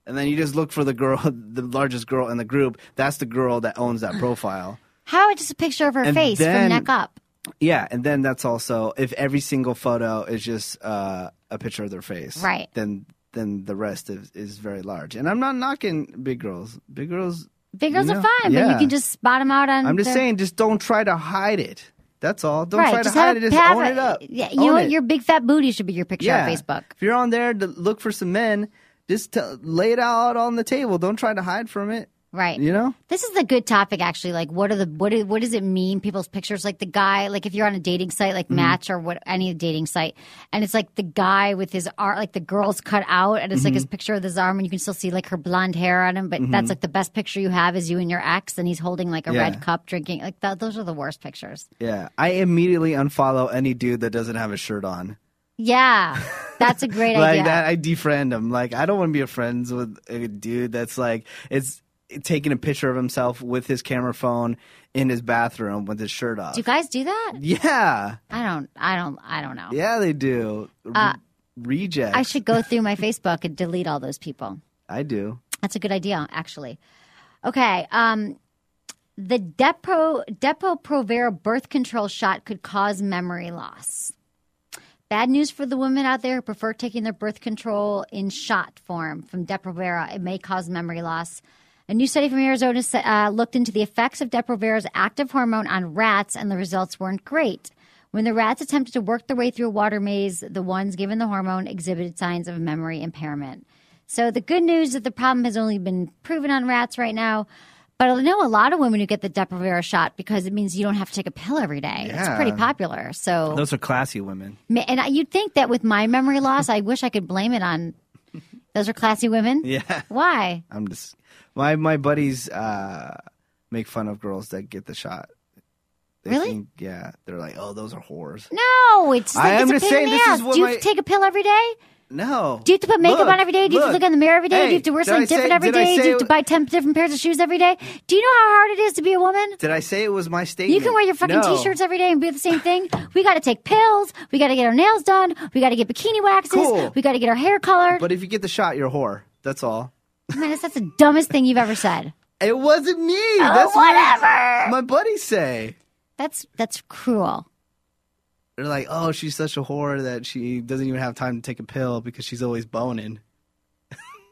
Speaker 3: and then you just look for the girl, the largest girl in the group. That's the girl that owns that profile.
Speaker 2: How just a picture of her
Speaker 3: And
Speaker 2: face
Speaker 3: then-
Speaker 2: from neck up?
Speaker 3: Yeah, and then that's also if every single photo is just uh, a picture of their face,
Speaker 2: Right.
Speaker 3: Then then the rest is, is very large. And I'm not knocking big girls. Big girls.
Speaker 2: Big girls
Speaker 3: No.
Speaker 2: are fine, but
Speaker 3: Yeah.
Speaker 2: you can just spot them out on.
Speaker 3: I'm just
Speaker 2: their-
Speaker 3: saying, just don't try to hide it. That's all. Don't
Speaker 2: right.
Speaker 3: try
Speaker 2: just
Speaker 3: to hide
Speaker 2: have,
Speaker 3: it. Just
Speaker 2: have
Speaker 3: own
Speaker 2: a-
Speaker 3: it up.
Speaker 2: Yeah,
Speaker 3: Own
Speaker 2: you know what?
Speaker 3: it.
Speaker 2: Your big fat booty should be your picture on Facebook.
Speaker 3: If you're on there to look for some men, just tell lay it out on the table. Don't try to hide from it.
Speaker 2: Right.
Speaker 3: You know?
Speaker 2: This is the good topic actually. Like what are the what do- what does it mean people's pictures like the guy like if you're on a dating site
Speaker 3: Mm-hmm.
Speaker 2: like Match or what any dating site and it's like the guy with his arm like the girl's cut out and it's like
Speaker 3: Mm-hmm.
Speaker 2: his picture with his arm and you can still see like her blonde hair on him but that's like the best picture you have is you and your ex and he's holding like a
Speaker 3: Yeah.
Speaker 2: red cup drinking like that those are the worst pictures.
Speaker 3: Yeah. I immediately unfollow any dude that doesn't have a shirt on.
Speaker 2: Yeah. That's a great
Speaker 3: like
Speaker 2: idea.
Speaker 3: that, I defriend him. Like I don't want to be a friends with a dude that's like it's taking a picture of himself with his camera phone in his bathroom with his shirt off.
Speaker 2: do you guys do that?
Speaker 3: yeah,
Speaker 2: I don't I don't I don't know.
Speaker 3: yeah, they do. Reject.
Speaker 2: Uh, I should go through my Facebook and delete all those people.
Speaker 3: I do.
Speaker 2: That's a good idea, actually. Okay. Um, the Depo, Depo Provera birth control shot could cause memory loss. Bad news for the women out there who prefer taking their birth control in shot form from Depo-Provera. It may cause memory loss. A new study from Arizona sa- uh, looked into the effects of Depo-Provera's active hormone on rats, and the results weren't great. When the rats attempted to work their way through a water maze, the ones given the hormone exhibited signs of memory impairment. So the good news is that the problem has only been proven on rats right now. But I know a lot of women who get the Depo-Provera shot because it means you don't have to take a pill every day. It's
Speaker 3: Yeah.
Speaker 2: pretty popular. So
Speaker 3: Those are classy women.
Speaker 2: Ma- And I- you'd think that with my memory loss, I wish I could blame it on those are classy women.
Speaker 3: Yeah.
Speaker 2: Why?
Speaker 3: I'm just my my buddies uh, make fun of girls that get the shot. They
Speaker 2: Really?
Speaker 3: Think, yeah, they're like, oh, those are whores.
Speaker 2: No, it's just like
Speaker 3: I am
Speaker 2: it's a
Speaker 3: just
Speaker 2: pain
Speaker 3: saying
Speaker 2: in the
Speaker 3: this is
Speaker 2: ass.
Speaker 3: what
Speaker 2: Do you
Speaker 3: my-
Speaker 2: take a pill every day?
Speaker 3: No.
Speaker 2: Do you have to put makeup
Speaker 3: Look,
Speaker 2: on every day? Do you have to look in the mirror every day? Do
Speaker 3: Hey,
Speaker 2: you have to wear
Speaker 3: did I
Speaker 2: something
Speaker 3: say-
Speaker 2: different every
Speaker 3: did I
Speaker 2: day? Do
Speaker 3: say-
Speaker 2: you have to buy ten different pairs of shoes every day? Do you know how hard it is to be a woman?
Speaker 3: Did I say it was my statement?
Speaker 2: You can wear your fucking
Speaker 3: No.
Speaker 2: t-shirts every day and be the same thing. We got to take pills. We got to get our nails done. We got to get bikini waxes.
Speaker 3: Cool.
Speaker 2: We got to get our hair colored.
Speaker 3: But if you get the shot, you're a whore. That's all.
Speaker 2: Man, that's the dumbest thing you've ever said.
Speaker 3: It wasn't me. That's what
Speaker 2: Oh, whatever.
Speaker 3: my buddies say.
Speaker 2: That's that's cruel.
Speaker 3: They're like, oh, she's such a whore that she doesn't even have time to take a pill because she's always boning.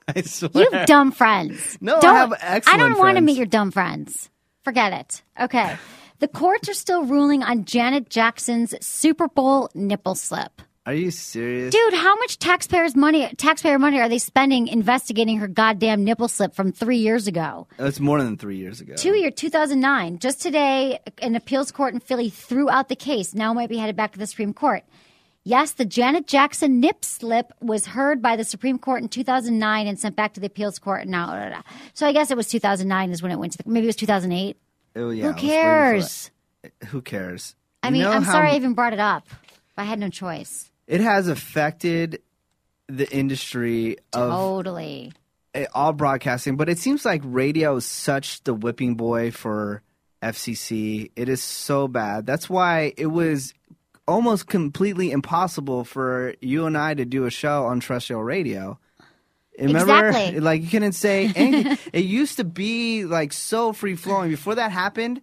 Speaker 3: I swear.
Speaker 2: You have dumb friends.
Speaker 3: No, I
Speaker 2: don't,
Speaker 3: have excellent
Speaker 2: I don't want to
Speaker 3: friends.
Speaker 2: meet your dumb friends. Forget it. Okay. The courts are still ruling on Janet Jackson's Super Bowl nipple slip.
Speaker 3: Are you serious?
Speaker 2: Dude, how much taxpayers' money taxpayer money are they spending investigating her goddamn nipple slip from three years ago?
Speaker 3: That's more than three years ago.
Speaker 2: Two year, 2009. Just today, an appeals court in Philly threw out the case. Now it might be headed back to the Supreme Court. Yes, the Janet Jackson nip slip was heard by the Supreme Court in 2009 and sent back to the appeals court. Now, da, da, da. so I guess it was 2009 is when it went to the. Maybe it was 2008.
Speaker 3: Oh, yeah, I
Speaker 2: Who
Speaker 3: was waiting for that.
Speaker 2: cares?
Speaker 3: Who cares?
Speaker 2: I
Speaker 3: You
Speaker 2: mean,
Speaker 3: know
Speaker 2: I'm
Speaker 3: how
Speaker 2: sorry I even brought it up. I had no choice.
Speaker 3: It has affected the industry of
Speaker 2: totally.
Speaker 3: eh, all broadcasting, but it seems like radio is such the whipping boy for FCC. It is so bad. That's why it was almost completely impossible for you and I to do a show on terrestrial radio. Remember,
Speaker 2: Exactly.
Speaker 3: like you couldn't say. Anything. it used to be like so free flowing. Before that happened,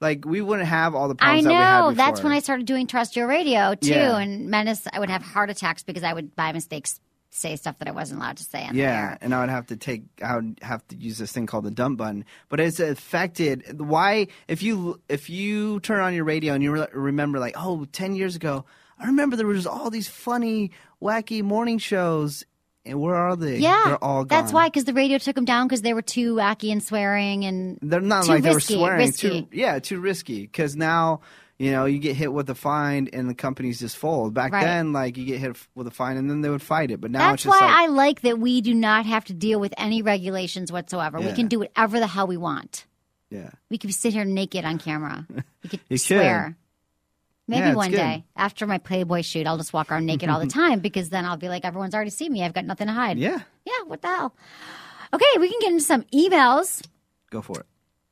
Speaker 3: like we wouldn't have all the
Speaker 2: I
Speaker 3: problems. that we
Speaker 2: know.
Speaker 3: had
Speaker 2: That's
Speaker 3: before.
Speaker 2: when I started doing terrestrial radio too,
Speaker 3: Yeah.
Speaker 2: and menace. I would have heart attacks because I would, by mistakes, say stuff that I wasn't allowed to say. On the air.
Speaker 3: Yeah, and I would have to take, I would have to use this thing called the dump button. But it's affected. Why, if you if you turn on your radio and you re- remember like, oh, 10 years ago, I remember there was all these funny, wacky morning shows, and where are they?
Speaker 2: Yeah,
Speaker 3: they're all gone.
Speaker 2: That's why, because the radio took them down because they were too wacky and swearing and
Speaker 3: they're not
Speaker 2: too
Speaker 3: like
Speaker 2: risky,
Speaker 3: they were swearing.
Speaker 2: risky.
Speaker 3: Too, yeah, too risky. Because now. You know, you get hit with a fine, and the companies just fold. Back
Speaker 2: Right.
Speaker 3: then, like you get hit with a fine, and then they would fight it. But now it's
Speaker 2: that's
Speaker 3: just
Speaker 2: why
Speaker 3: like,
Speaker 2: I like that we do not have to deal with any regulations whatsoever. We
Speaker 3: Yeah.
Speaker 2: can do whatever the hell we want.
Speaker 3: yeah,
Speaker 2: We could sit here naked on camera. We could
Speaker 3: You
Speaker 2: swear. Maybe
Speaker 3: Yeah, it's
Speaker 2: one
Speaker 3: good.
Speaker 2: day after my Playboy shoot, I'll just walk around naked all the time because then I'll be like, everyone's already seen me. I've got nothing to hide.
Speaker 3: yeah,
Speaker 2: Yeah. What the hell? Okay, we can get into some emails.
Speaker 3: go for it.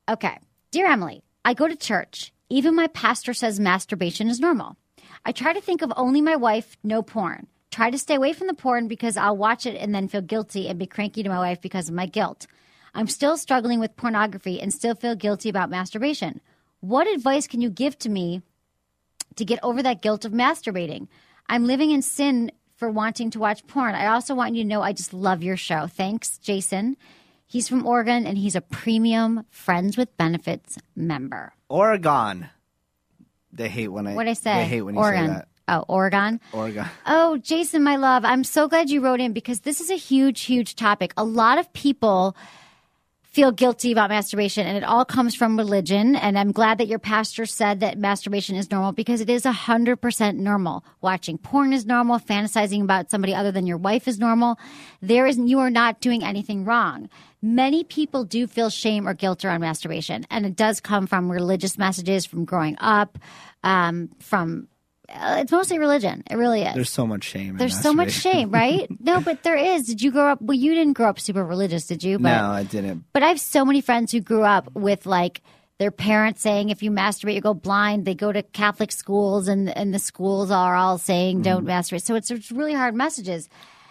Speaker 2: Okay. Dear Emily, I go to church. Even my pastor says masturbation is normal. I try to think of only my wife, no porn. Try to stay away from the porn because I'll watch it and then feel guilty and be cranky to my wife because of my guilt. I'm still struggling with pornography and still feel guilty about masturbation. What advice can you give to me to get over that guilt of masturbating? I'm living in sin for wanting to watch porn. I also want you to know I just love your show. Thanks, Jason. He's from Oregon and he's a premium Friends with Benefits member.
Speaker 3: Oregon. They hate when I
Speaker 2: What I say?
Speaker 3: They hate when you
Speaker 2: Oregon.
Speaker 3: say that.
Speaker 2: Oh, Oregon.
Speaker 3: Oregon.
Speaker 2: Oh, Jason, my love, I'm so glad you wrote in because this is a huge, huge topic. A lot of people feel guilty about masturbation, and it all comes from religion. And I'm glad that your pastor said that masturbation is normal because it is 100% normal. Watching porn is normal, fantasizing about somebody other than your wife is normal. There isn't, you are not doing anything wrong. Many people do feel shame or guilt around masturbation, and it does come from religious messages, from growing up, um, from uh, it's mostly religion. It really is.
Speaker 3: There's so much shame. in
Speaker 2: There's so much
Speaker 3: masturbation.
Speaker 2: shame, right? no, but there is. Did you grow up? Well, you didn't grow up super religious, did you? But,
Speaker 3: No, I didn't.
Speaker 2: But I have so many friends who grew up with like their parents saying, if you masturbate, you go blind. They go to Catholic schools, and and the schools are all saying, don't masturbate. So it's, it's really hard messages.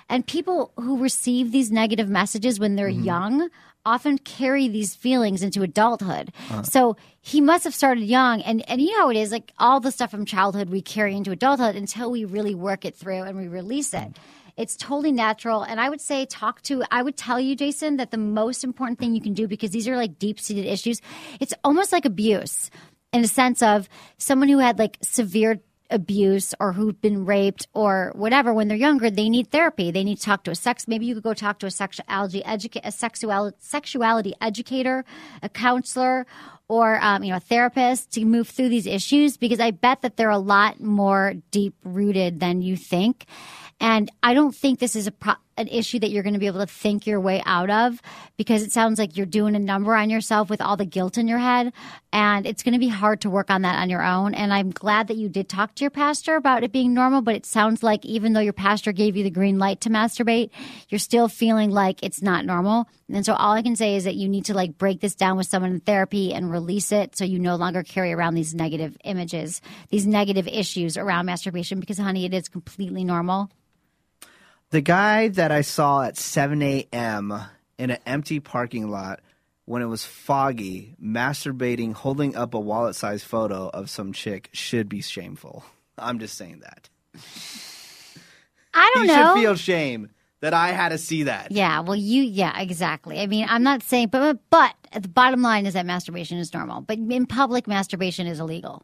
Speaker 2: And people who receive these negative messages when they're young often carry these feelings into adulthood. So he must have started young. And, and you know how it is like all the stuff from childhood we carry into adulthood until we really work it through and we release it. It's totally natural. And I would say, talk to, I would tell you, Jason, that the most important thing you can do, because these are like deep seated issues, it's almost like abuse in a sense of someone who had like severe abuse or who've been raped or whatever when they're younger they need therapy they need to talk to a sex maybe you could go talk to a sexuality educa- a sexual sexuality educator a counselor or um, you know a therapist to move through these issues because i bet that they're a lot more deep rooted than you think and I don't think this is a pro- an issue that you're going to be able to think your way out of because it sounds like you're doing a number on yourself with all the guilt in your head. And it's going to be hard to work on that on your own. And I'm glad that you did talk to your pastor about it being normal, but it sounds like even though your pastor gave you the green light to masturbate, you're still feeling like it's not normal. And so all I can say is that you need to like break this down with someone in therapy and release it so you no longer carry around these negative images, these negative issues around masturbation because, honey, it is completely normal.
Speaker 3: The guy that I saw at 7 a.m. in an empty parking lot when it was foggy, masturbating, holding up a wallet sized photo of some chick should be shameful. I'm just saying that.
Speaker 2: I don't
Speaker 3: He
Speaker 2: know.
Speaker 3: should feel shame that I had to see that.
Speaker 2: yeah, well, you, yeah, exactly. I mean, I'm not saying, but but the bottom line is that masturbation is normal, but in public, masturbation is illegal.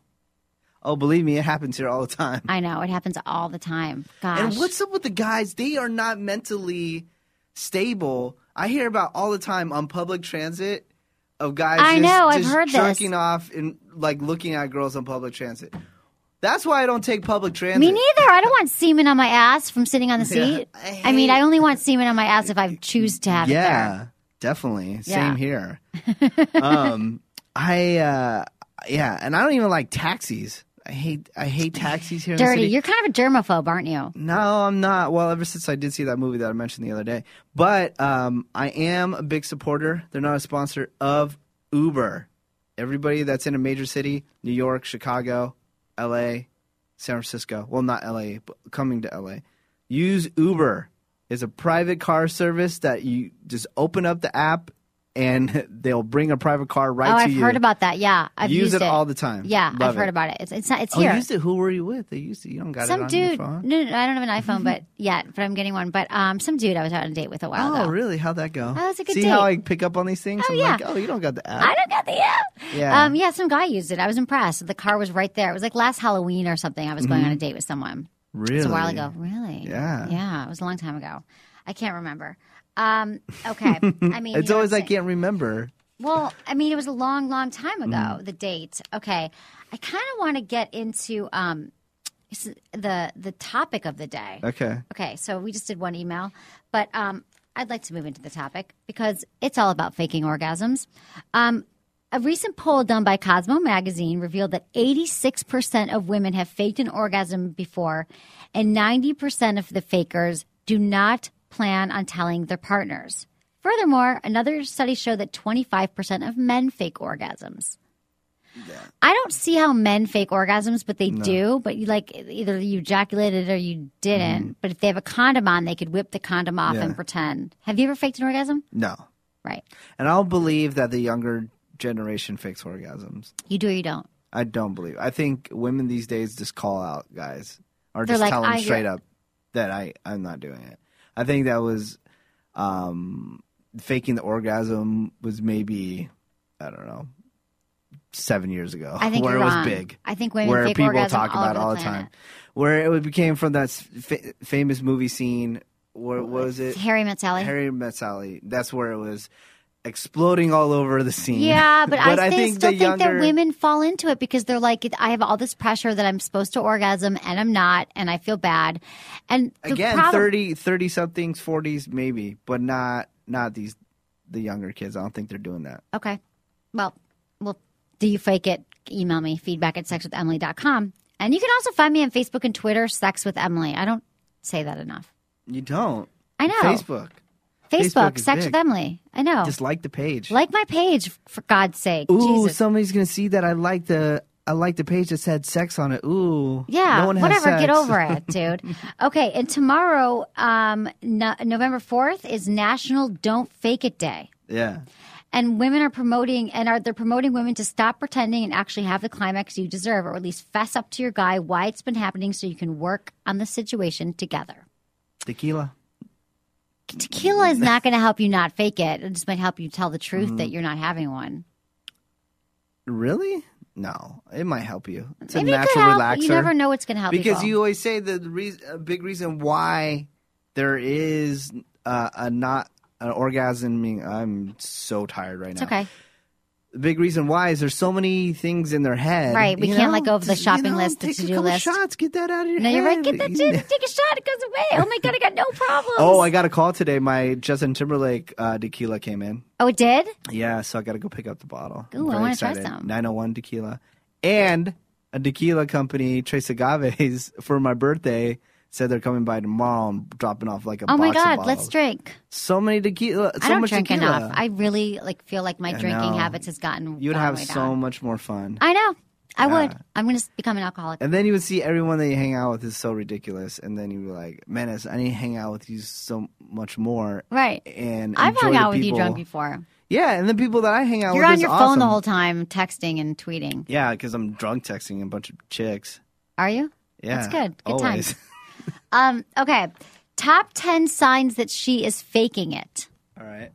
Speaker 3: Oh, believe me, it happens here all the time.
Speaker 2: I know it happens all the time. Gosh,
Speaker 3: And what's up with the guys? They are not mentally stable. I hear about all the time on public transit of guys.
Speaker 2: I
Speaker 3: just,
Speaker 2: know, I've
Speaker 3: just
Speaker 2: heard this.
Speaker 3: jerking off and like looking at girls on public transit. That's why I don't take public transit.
Speaker 2: me neither. I don't want semen on my ass from sitting on the
Speaker 3: Yeah,
Speaker 2: seat.
Speaker 3: I
Speaker 2: I mean,
Speaker 3: hate-
Speaker 2: I only want semen on my ass if I choose to have it there.
Speaker 3: Yeah, definitely.
Speaker 2: Yeah.
Speaker 3: Same here. um, I uh, yeah, and I don't even like taxis. I hate I hate taxis here. In the
Speaker 2: Dirty.
Speaker 3: city.
Speaker 2: You're kind of a germaphobe, aren't you?
Speaker 3: No, I'm not. Well, ever since I did see that movie that I mentioned the other day, but um, I am a big supporter. They're not a sponsor of Uber. Everybody that's in a major city, New York, Chicago, L.A., San Francisco. Well, not L.A., but coming to L.A. Use Uber. It's a private car service that you just open up the app and they'll bring a private car right
Speaker 2: oh,
Speaker 3: to
Speaker 2: I've
Speaker 3: you.
Speaker 2: heard about that. Yeah, I've
Speaker 3: Use
Speaker 2: used
Speaker 3: it all the time.
Speaker 2: Yeah,
Speaker 3: Love
Speaker 2: I've heard
Speaker 3: it.
Speaker 2: about it. It's it's, not, it's
Speaker 3: Oh,
Speaker 2: here.
Speaker 3: used it. Who were you with? They used it. You don't got it
Speaker 2: some
Speaker 3: on your
Speaker 2: dude. No,
Speaker 3: phone.
Speaker 2: no, no, I don't have an iPhone, but yet, but I'm getting one. But um, some dude I was out on a date with a while
Speaker 3: Oh,
Speaker 2: ago.
Speaker 3: really? How'd that go?
Speaker 2: That was a good
Speaker 3: See how
Speaker 2: date.
Speaker 3: I pick up on these things?
Speaker 2: Oh,
Speaker 3: I'm
Speaker 2: yeah.
Speaker 3: like, oh, you don't got the app.
Speaker 2: I don't got the app.
Speaker 3: Yeah.
Speaker 2: Um, yeah, some guy used it. I was impressed. The car was right there. It was like last Halloween or something. I was going on a date with someone.
Speaker 3: Mm-hmm. really?
Speaker 2: It's a while ago. Really?
Speaker 3: Yeah.
Speaker 2: Yeah, it was a long time ago. I can't remember. Um, okay. I mean,
Speaker 3: It's always
Speaker 2: you know what
Speaker 3: I
Speaker 2: I'm saying?
Speaker 3: can't remember.
Speaker 2: Well, I mean, it was a long, long time ago,
Speaker 3: Mm.
Speaker 2: the date. Okay. I kind of want to get into um, s- the the topic of the day.
Speaker 3: Okay.
Speaker 2: Okay, so we just did one email, but um, I'd like to move into the topic because it's all about faking orgasms. Um, a recent poll done by Cosmo magazine revealed that 86% of women have faked an orgasm before, and 90% of the fakers do not plan on telling their partners. Furthermore, another study showed that 25% of men fake orgasms. I don't see how men fake orgasms, but they do. But you like either you ejaculated or you didn't. But if they have a condom on, they could whip the condom off
Speaker 3: Mm-hmm. Yeah.
Speaker 2: and pretend. Have you ever faked an orgasm?
Speaker 3: No.
Speaker 2: Right.
Speaker 3: And I'll believe that the younger generation fakes orgasms.
Speaker 2: You do or you don't.
Speaker 3: I don't believe. I think women these days just call out guys or
Speaker 2: They're
Speaker 3: just
Speaker 2: like,
Speaker 3: tell them
Speaker 2: I-
Speaker 3: straight up that I, I'm not doing it. I think that was um, faking the orgasm was maybe, I don't know, seven years ago.
Speaker 2: I think
Speaker 3: where
Speaker 2: you're
Speaker 3: it was
Speaker 2: wrong.
Speaker 3: big.
Speaker 2: I think women
Speaker 3: where
Speaker 2: fake
Speaker 3: people
Speaker 2: orgasm
Speaker 3: talk
Speaker 2: all
Speaker 3: about
Speaker 2: over the
Speaker 3: all the
Speaker 2: planet.
Speaker 3: time. Where it became from that fa- famous movie scene. What, what was it?
Speaker 2: Harry Met Sally.
Speaker 3: Harry Met Sally. That's where it was exploding all over the scene.
Speaker 2: Yeah, but, I, think, still
Speaker 3: the
Speaker 2: think that women fall into it because they're like, I have all this pressure that I'm supposed to orgasm and I'm not, and I feel bad. And the
Speaker 3: again
Speaker 2: problem-
Speaker 3: thirty, thirty 30 somethings 40s maybe but not not these the younger kids i don't think they're doing that
Speaker 2: Okay. Well, well, do you fake it? Email me feedback at sexwithemily.com. And you can also find me on Facebook and Twitter, Sex with Emily. I don't say that enough.
Speaker 3: you don't
Speaker 2: I know.
Speaker 3: facebook
Speaker 2: Facebook,
Speaker 3: Facebook is
Speaker 2: Sex
Speaker 3: big.
Speaker 2: with Emily. I know.
Speaker 3: just like the page
Speaker 2: like my page, for God's sake.
Speaker 3: ooh
Speaker 2: Jesus.
Speaker 3: somebody's gonna see that i like the i like the page that said sex on it ooh
Speaker 2: Yeah,
Speaker 3: no one has
Speaker 2: whatever. Get
Speaker 3: sex.
Speaker 2: over it, dude. okay, and tomorrow, um, no- November 4th, is National Don't Fake It Day.
Speaker 3: yeah
Speaker 2: and women are promoting and are they're promoting women to stop pretending and actually have the climax you deserve or at least fess up to your guy why it's been happening so you can work on the situation together
Speaker 3: tequila
Speaker 2: tequila is not going to help you not fake it it just might help you tell the truth
Speaker 3: Mm-hmm.
Speaker 2: that you're not having one
Speaker 3: really no it might help you it's a
Speaker 2: Maybe it could
Speaker 3: natural
Speaker 2: help.
Speaker 3: relaxer
Speaker 2: you never know what's going to help
Speaker 3: because
Speaker 2: people.
Speaker 3: you always say the reason, a big reason why there is uh, a not an orgasm. meaning- I'm so tired right
Speaker 2: it's
Speaker 3: now.
Speaker 2: okay
Speaker 3: The big reason why is there's so many things in their head.
Speaker 2: Right, we
Speaker 3: you
Speaker 2: can't
Speaker 3: know?
Speaker 2: let go of the
Speaker 3: Just, you
Speaker 2: shopping
Speaker 3: know,
Speaker 2: list, the
Speaker 3: take a
Speaker 2: to-do
Speaker 3: couple
Speaker 2: list.
Speaker 3: Shots, get that out of your
Speaker 2: no
Speaker 3: head.
Speaker 2: you're right get that dude, take a shot it goes away oh my god i got no problems
Speaker 3: Oh, I got a call today. My Justin Timberlake uh, tequila came in.
Speaker 2: oh it did
Speaker 3: Yeah, so I got to go pick up the bottle.
Speaker 2: Ooh, I wanna try some.
Speaker 3: 901 tequila. And a tequila company, Trace Agaves, for my birthday said they're coming by tomorrow and dropping off like a
Speaker 2: oh
Speaker 3: box
Speaker 2: my
Speaker 3: of
Speaker 2: god let's
Speaker 3: bottles.
Speaker 2: drink
Speaker 3: So many tequila. So
Speaker 2: i don't
Speaker 3: much
Speaker 2: drink
Speaker 3: tequila.
Speaker 2: enough i Oh really like feel like my drinking
Speaker 3: know.
Speaker 2: habits has gotten
Speaker 3: you would
Speaker 2: gone
Speaker 3: have
Speaker 2: way
Speaker 3: so
Speaker 2: down.
Speaker 3: much more fun.
Speaker 2: i know i
Speaker 3: Yeah.
Speaker 2: would i'm going to become an alcoholic
Speaker 3: and then you would see everyone that you hang out with is so ridiculous. And then you'd be like, Menace, I need to hang out with you so much more.
Speaker 2: right
Speaker 3: And
Speaker 2: I've
Speaker 3: enjoy
Speaker 2: hung
Speaker 3: the
Speaker 2: out with you
Speaker 3: people."
Speaker 2: drunk before.
Speaker 3: Yeah, and the people that I hang out
Speaker 2: You're
Speaker 3: with
Speaker 2: on
Speaker 3: is
Speaker 2: your
Speaker 3: awesome.
Speaker 2: phone the whole time, texting and tweeting.
Speaker 3: Yeah, because I'm drunk texting a bunch of chicks.
Speaker 2: Are you?
Speaker 3: Yeah,
Speaker 2: That's good. Good
Speaker 3: always.
Speaker 2: times. Um, okay. Top 10 signs that she is faking it.
Speaker 3: All right.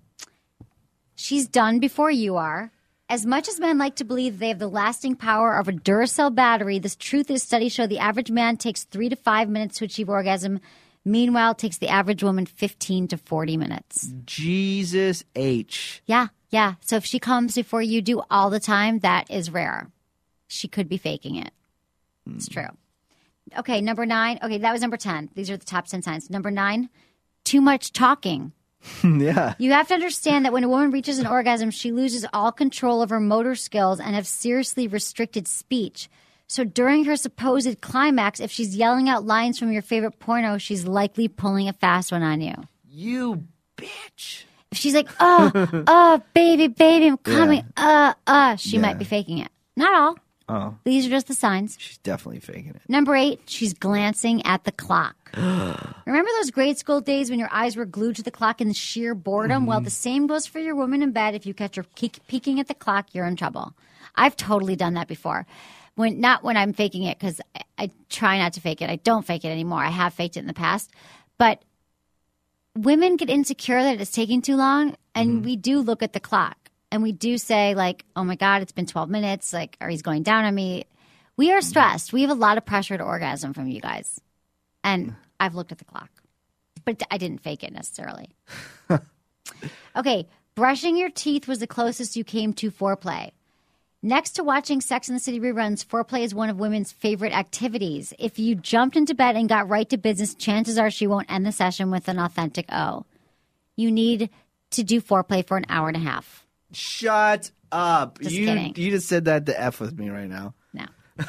Speaker 2: She's done before you are. As much as men like to believe they have the lasting power of a Duracell battery, this truth is studies show the average man takes three to five minutes to achieve orgasm. Meanwhile, it takes the average woman 15 to 40 minutes.
Speaker 3: Jesus H.
Speaker 2: Yeah, yeah. So if she comes before you do all the time, that is rare. She could be faking it. It's true. Okay, number nine. Okay, that was number 10. These are the top 10 signs. Number nine, too much talking.
Speaker 3: yeah.
Speaker 2: You have to understand that when a woman reaches an orgasm, she loses all control of her motor skills and have seriously restricted speech. So during her supposed climax, if she's yelling out lines from your favorite porno, she's likely pulling a fast one on you.
Speaker 3: You bitch.
Speaker 2: If she's like, oh, oh, baby, baby, I'm coming, uh, uh, she might be faking it. Not all.
Speaker 3: Oh,
Speaker 2: These are just the signs.
Speaker 3: she's definitely faking it.
Speaker 2: Number eight, she's glancing at the clock. Remember those grade school days when your eyes were glued to the clock in sheer boredom? Well, the same goes for your woman in bed. If you catch her peek- peeking at the clock, you're in trouble. I've totally done that before. When not when I'm faking it because I, I try not to fake it. I don't fake it anymore. I have faked it in the past, but women get insecure that it's taking too long, and we do look at the clock and we do say like, "Oh my God, it's been 12 minutes." Like, or he's going down on me. We are stressed. We have a lot of pressure to orgasm from you guys and I've looked at the clock, but I didn't fake it necessarily. okay, brushing your teeth was the closest you came to foreplay. Next to watching Sex and the City reruns, foreplay is one of women's favorite activities. If you jumped into bed and got right to business, chances are she won't end the session with an authentic O. You need to do foreplay for an hour and a half.
Speaker 3: Shut up.
Speaker 2: Just
Speaker 3: you
Speaker 2: kidding.
Speaker 3: you just said that to F with me right now.
Speaker 2: No.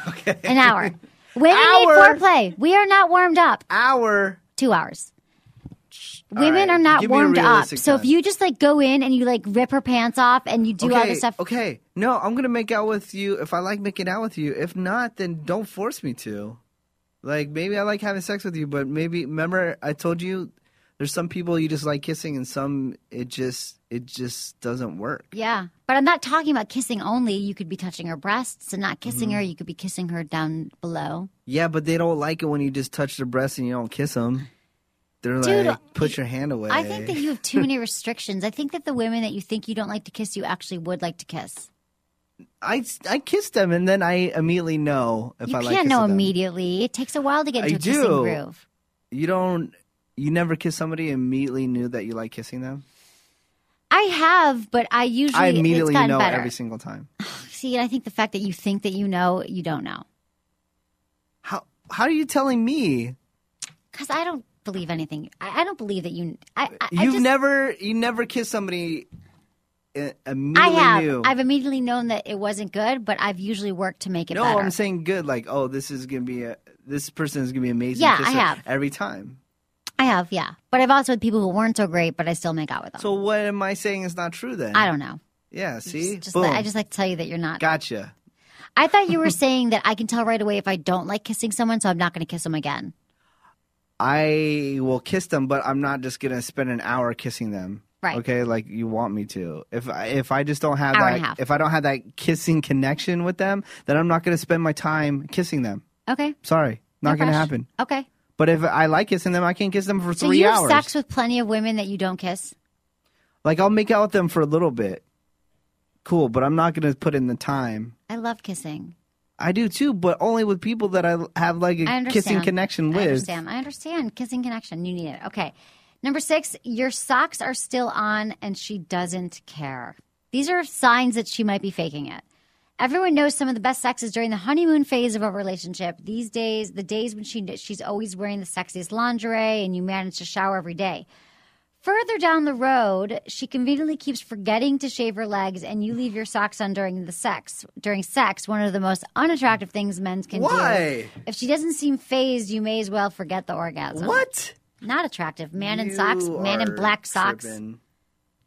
Speaker 2: An hour. Women
Speaker 3: Hour?
Speaker 2: need foreplay. We are not warmed up.
Speaker 3: Our
Speaker 2: two hours.
Speaker 3: All
Speaker 2: Women
Speaker 3: right,
Speaker 2: are not
Speaker 3: give me a
Speaker 2: warmed up.
Speaker 3: realistic
Speaker 2: So if
Speaker 3: time.
Speaker 2: you just like go in and you like rip her pants off and you do
Speaker 3: okay,
Speaker 2: all this stuff,
Speaker 3: Okay. No, I'm gonna make out with you if I like making out with you. If not, then don't force me to. Like maybe I like having sex with you, but maybe remember I told you there's some people you just like kissing and some it just it just doesn't work.
Speaker 2: yeah. But I'm not talking about kissing only. You could be touching her breasts and not kissing
Speaker 3: Mm-hmm.
Speaker 2: her. You could be kissing her down below.
Speaker 3: Yeah, but they don't like it when you just touch their breasts and you don't kiss them. They're
Speaker 2: Dude,
Speaker 3: like, put your hand away.
Speaker 2: I think that you have too many restrictions. I think that the women that you think you don't like to kiss, you actually would like to kiss.
Speaker 3: I I kiss them and then I immediately know if
Speaker 2: you
Speaker 3: I
Speaker 2: can't
Speaker 3: like. kissing
Speaker 2: know
Speaker 3: them.
Speaker 2: immediately. It takes a while to get
Speaker 3: I
Speaker 2: into a kissing
Speaker 3: do.
Speaker 2: groove.
Speaker 3: You don't. You never kiss somebody and immediately knew that you like kissing them.
Speaker 2: I have, but I usually
Speaker 3: I immediately
Speaker 2: it's gotten
Speaker 3: know
Speaker 2: better.
Speaker 3: every single time.
Speaker 2: See, I think the fact that you think that you know, you don't know,
Speaker 3: How how are you telling me?
Speaker 2: because I don't believe anything. I, I don't believe that you. I, I, I
Speaker 3: You've
Speaker 2: just,
Speaker 3: never you never kissed somebody i-
Speaker 2: I
Speaker 3: immediately
Speaker 2: have.
Speaker 3: knew.
Speaker 2: I've immediately known that it wasn't good, but I've usually worked to make it
Speaker 3: no,
Speaker 2: better.
Speaker 3: I'm saying good. Like oh, this is gonna be a this person is gonna be amazing.
Speaker 2: Yeah, I
Speaker 3: kisser
Speaker 2: have.
Speaker 3: every time.
Speaker 2: I have, yeah. But I've also had people who weren't so great, but I still make out with them.
Speaker 3: So what am I saying is not true then?
Speaker 2: I don't know.
Speaker 3: Yeah, see,
Speaker 2: Just, just
Speaker 3: boom,
Speaker 2: like- I just like to tell you that you're not.
Speaker 3: gotcha.
Speaker 2: I thought you were saying that I can tell right away if I don't like kissing someone, so I'm not going to kiss them again.
Speaker 3: I will kiss them, but I'm not just gonna spend an hour kissing them.
Speaker 2: Right.
Speaker 3: Okay, like you want me to. If I, if I just don't have
Speaker 2: Hour
Speaker 3: that,
Speaker 2: and a half.
Speaker 3: if I don't have that kissing connection with them, then I'm not gonna spend my time kissing them.
Speaker 2: Okay.
Speaker 3: Sorry, not
Speaker 2: No
Speaker 3: gonna
Speaker 2: rush.
Speaker 3: happen.
Speaker 2: Okay.
Speaker 3: But if I like kissing them, I can kiss them for
Speaker 2: So
Speaker 3: three
Speaker 2: you have
Speaker 3: hours.
Speaker 2: sex with plenty of women that you don't kiss.
Speaker 3: like I'll make out with them for a little bit. Cool, but I'm not gonna put in the time.
Speaker 2: I love kissing.
Speaker 3: I do too, but only with people that I have like
Speaker 2: I
Speaker 3: a
Speaker 2: understand.
Speaker 3: kissing connection with.
Speaker 2: I understand. I understand. Kissing connection. You need it. Okay. Number six, your socks are still on and she doesn't care. These are signs that she might be faking it. Everyone knows some of the best sex is during the honeymoon phase of a relationship. These days, the days when she she's always wearing the sexiest lingerie and you manage to shower every day. Further down the road, she conveniently keeps forgetting to shave her legs and you leave your socks on during the sex. During sex, one of the most unattractive things men can do.
Speaker 3: Why?
Speaker 2: If she doesn't seem phased, you may as well forget the orgasm.
Speaker 3: What?
Speaker 2: Not attractive. Man in
Speaker 3: You
Speaker 2: socks. Man in
Speaker 3: are
Speaker 2: black socks.
Speaker 3: tripping.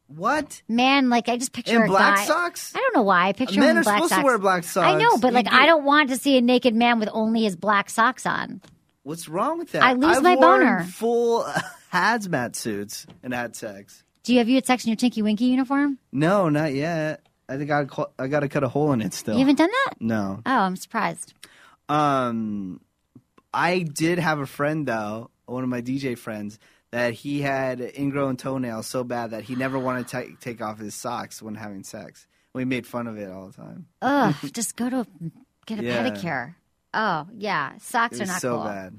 Speaker 3: What?
Speaker 2: Man, like I just picture
Speaker 3: In
Speaker 2: a
Speaker 3: black
Speaker 2: guy-
Speaker 3: socks?
Speaker 2: I don't know why. I picture
Speaker 3: Men
Speaker 2: him in
Speaker 3: are
Speaker 2: black
Speaker 3: supposed to
Speaker 2: socks.
Speaker 3: wear black
Speaker 2: I know,
Speaker 3: socks.
Speaker 2: but
Speaker 3: You
Speaker 2: like
Speaker 3: do-
Speaker 2: I don't want to see a naked man with only his black socks on.
Speaker 3: What's wrong with that?
Speaker 2: I lose
Speaker 3: I've
Speaker 2: my
Speaker 3: worn
Speaker 2: boner.
Speaker 3: Full hazmat suits and had sex.
Speaker 2: Do you have you had sex in your Tinky Winky uniform?
Speaker 3: No, not yet. I think I got I got to cut a hole in it still.
Speaker 2: You haven't done that?
Speaker 3: no.
Speaker 2: Oh, I'm surprised.
Speaker 3: Um, I did have a friend though, one of my DJ friends, that he had ingrown toenails so bad that he never wanted to ta- take off his socks when having sex. We made fun of it all the time.
Speaker 2: Ugh, just go to a, get a
Speaker 3: Yeah.
Speaker 2: pedicure. Oh yeah,
Speaker 3: It
Speaker 2: socks are
Speaker 3: was
Speaker 2: not
Speaker 3: so
Speaker 2: cool.
Speaker 3: bad.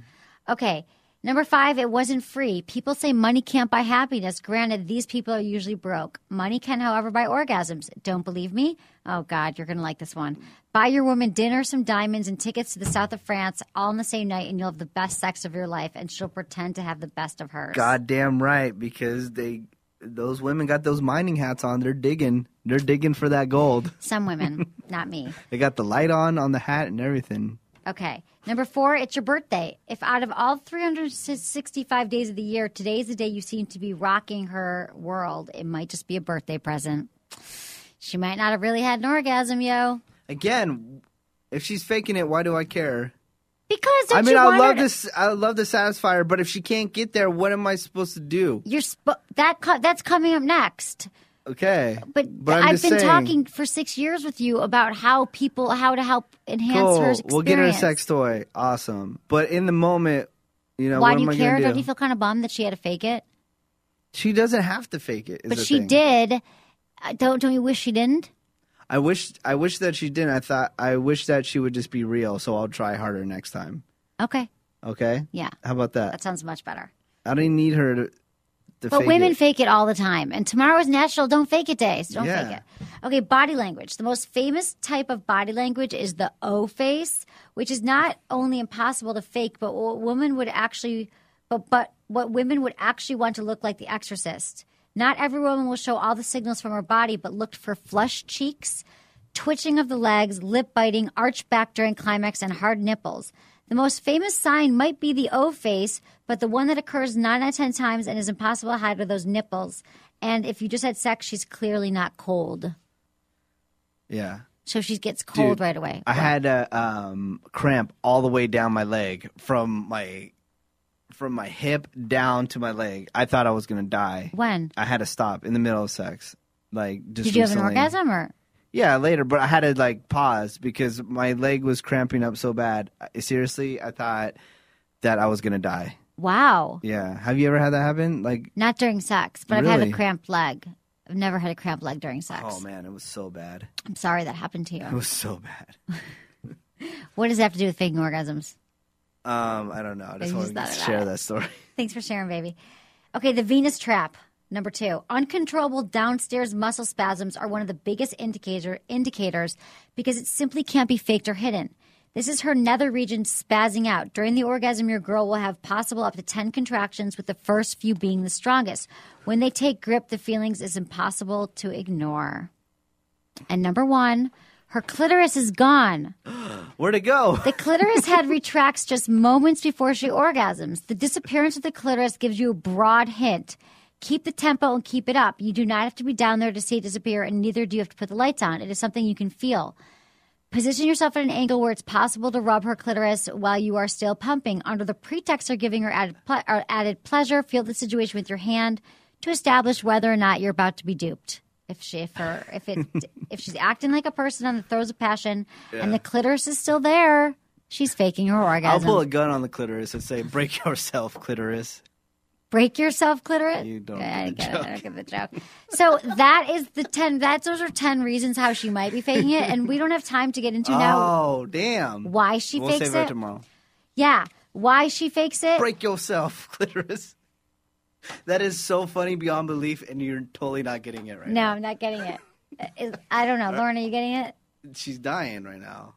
Speaker 2: Okay. Number five, it wasn't free. People say money can't buy happiness. Granted, these people are usually broke. Money can, however, buy orgasms. Don't believe me? Oh, God, you're going to like this one. Buy your woman dinner, some diamonds, and tickets to the south of France all in the same night, and you'll have the best sex of your life, and she'll pretend to have the best of hers.
Speaker 3: Goddamn right, because they those women got those mining hats on. They're digging. They're digging for that gold.
Speaker 2: Some women, not me.
Speaker 3: They got the light on on the hat and everything.
Speaker 2: Okay. Number four, it's your birthday. If out of all 365 days of the year, today's the day you seem to be rocking her world, it might just be a birthday present. She might not have really had an orgasm, yo.
Speaker 3: Again, if she's faking it, why do I care?
Speaker 2: Because don't
Speaker 3: I mean,
Speaker 2: you
Speaker 3: I
Speaker 2: want her
Speaker 3: love
Speaker 2: to-
Speaker 3: this. I love to satisfy her, but if she can't get there, what am I supposed to do?
Speaker 2: You're sp- that co- that's coming up next.
Speaker 3: Okay,
Speaker 2: But,
Speaker 3: I'm
Speaker 2: I've
Speaker 3: just
Speaker 2: been
Speaker 3: saying,
Speaker 2: talking for six years with you about how people how to help enhance
Speaker 3: Cool.
Speaker 2: her experience.
Speaker 3: We'll get her a sex toy. Awesome. But in the moment, you know,
Speaker 2: Why
Speaker 3: what
Speaker 2: do
Speaker 3: am
Speaker 2: you
Speaker 3: I
Speaker 2: care?
Speaker 3: gonna do?
Speaker 2: Don't you feel kind of bummed that she had to fake it?
Speaker 3: she doesn't have to fake it. is
Speaker 2: But
Speaker 3: the
Speaker 2: she
Speaker 3: thing.
Speaker 2: did. Uh, Don't don't you wish she didn't?
Speaker 3: I wish. I wish that she didn't. I thought. I wish that she would just be real. So I'll try harder next time.
Speaker 2: Okay.
Speaker 3: Okay.
Speaker 2: Yeah.
Speaker 3: How about that?
Speaker 2: That sounds much better.
Speaker 3: I don't need her to. to
Speaker 2: But
Speaker 3: fake
Speaker 2: women
Speaker 3: it.
Speaker 2: fake it all the time. And tomorrow is National Don't Fake It Day. So don't
Speaker 3: Yeah.
Speaker 2: fake it. Okay, body language. The most famous type of body language is the O face, which is not only impossible to fake, but what women would actually but but what women would actually want to look like the exorcist. Not every woman will show all the signals from her body, but looked for flushed cheeks, twitching of the legs, lip biting, arched back during climax, and hard nipples. The most famous sign might be the O face, but the one that occurs nine out of 10 times and is impossible to hide are those nipples. And if you just had sex, she's clearly not cold.
Speaker 3: Yeah.
Speaker 2: So she gets cold
Speaker 3: Dude,
Speaker 2: right away.
Speaker 3: I had a um, cramp all the way down my leg from my from my hip down to my leg. I thought I was gonna die.
Speaker 2: When?
Speaker 3: I had to stop in the middle of sex. Like just
Speaker 2: Did you have an
Speaker 3: recently.
Speaker 2: orgasm or?
Speaker 3: Yeah, later, but I had to like pause because my leg was cramping up so bad. I- Seriously, I thought that I was gonna die.
Speaker 2: Wow.
Speaker 3: Yeah. Have you ever had that happen? Like
Speaker 2: Not during sex, but I've had a
Speaker 3: Really?
Speaker 2: cramped leg. I've never had a cramped leg during sex.
Speaker 3: Oh man, it was so bad.
Speaker 2: I'm sorry that happened to
Speaker 3: It
Speaker 2: you.
Speaker 3: was so bad.
Speaker 2: What does it have to do with faking orgasms?
Speaker 3: Um, I don't know. I just
Speaker 2: just
Speaker 3: wanted
Speaker 2: thought
Speaker 3: to
Speaker 2: about
Speaker 3: share
Speaker 2: it.
Speaker 3: that story.
Speaker 2: Thanks for sharing, baby. Okay, the Venus trap. Number two, uncontrollable downstairs muscle spasms are one of the biggest indicator indicators because it simply can't be faked or hidden. This is her nether region spazzing out. During the orgasm, your girl will have possible up to 10 contractions, with the first few being the strongest. When they take grip, the feelings is impossible to ignore. And number one, her clitoris is gone.
Speaker 3: Where'd it go?
Speaker 2: The clitoris head retracts just moments before she orgasms. The disappearance of the clitoris gives you a broad hint. Keep the tempo and keep it up. You do not have to be down there to see it disappear, and neither do you have to put the lights on. It is something you can feel. Position yourself at an angle where it's possible to rub her clitoris while you are still pumping. Under the pretext of giving her added, ple- or added pleasure, feel the situation with your hand to establish whether or not you're about to be duped. If she, if her, if it, if she's acting like a person on the throes of passion and the clitoris is still there, she's faking her
Speaker 3: I'll
Speaker 2: orgasm.
Speaker 3: pull a gun on the clitoris and say, "Break yourself, clitoris."
Speaker 2: break yourself clitoris.
Speaker 3: You don't
Speaker 2: I
Speaker 3: get the
Speaker 2: it. I don't get the joke. So that is the ten. That's those are ten reasons how she might be faking it, and we don't have time to get into now
Speaker 3: Oh damn!
Speaker 2: why she
Speaker 3: We'll
Speaker 2: fakes
Speaker 3: save that
Speaker 2: it.
Speaker 3: tomorrow.
Speaker 2: Yeah, why she fakes it.
Speaker 3: Break yourself, clitoris. That is so funny beyond belief, and you're totally not getting it right.
Speaker 2: No, I'm not getting it. It- I don't
Speaker 3: Uh,
Speaker 2: know, Lauren. Are you getting it?
Speaker 3: now. she's dying right now.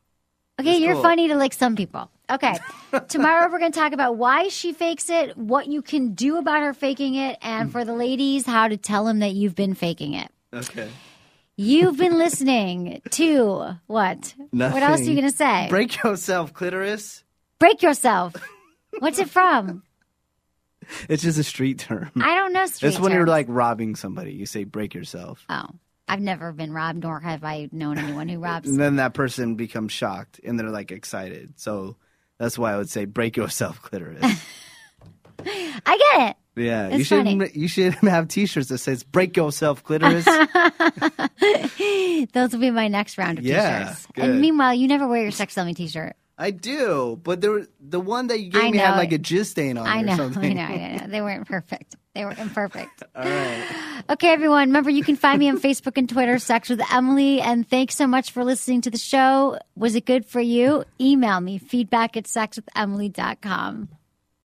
Speaker 2: Okay, you're
Speaker 3: cool.
Speaker 2: funny to like some people. Okay, tomorrow we're going to talk about why she fakes it, what you can do about her faking it,
Speaker 3: Mm.
Speaker 2: and for the ladies, how to tell them that you've been faking it.
Speaker 3: Okay.
Speaker 2: You've been listening to what? What else are you
Speaker 3: Nothing.
Speaker 2: going to say?
Speaker 3: Break yourself, clitoris.
Speaker 2: Break yourself. What's it from?
Speaker 3: It's just a street term.
Speaker 2: I don't know. Street
Speaker 3: it's when you're
Speaker 2: terms.
Speaker 3: like robbing somebody. You say break yourself,
Speaker 2: oh, I've never been robbed, nor have I known anyone who robs.
Speaker 3: and then that person becomes shocked and they're like excited. So that's why I would say break yourself, clitoris.
Speaker 2: I get it.
Speaker 3: Yeah, you
Speaker 2: It's
Speaker 3: should
Speaker 2: funny.
Speaker 3: not you should have T-shirts that says "Break yourself, clitoris."
Speaker 2: Those will be my next round of
Speaker 3: Yeah,
Speaker 2: t-shirts.
Speaker 3: good.
Speaker 2: And meanwhile, you never wear your sex selling t-shirt.
Speaker 3: I do, but there, the one that you gave
Speaker 2: I
Speaker 3: me had
Speaker 2: know.
Speaker 3: like a jizz stain on
Speaker 2: I
Speaker 3: it
Speaker 2: know,
Speaker 3: or
Speaker 2: I
Speaker 3: something.
Speaker 2: know, I know. They weren't perfect. They were imperfect. Okay, everyone. Remember, you can find me on Facebook and Twitter, Sex with Emily. And thanks so much for listening to the show. Was it good for you? Email me feedback at sexwithemily.com.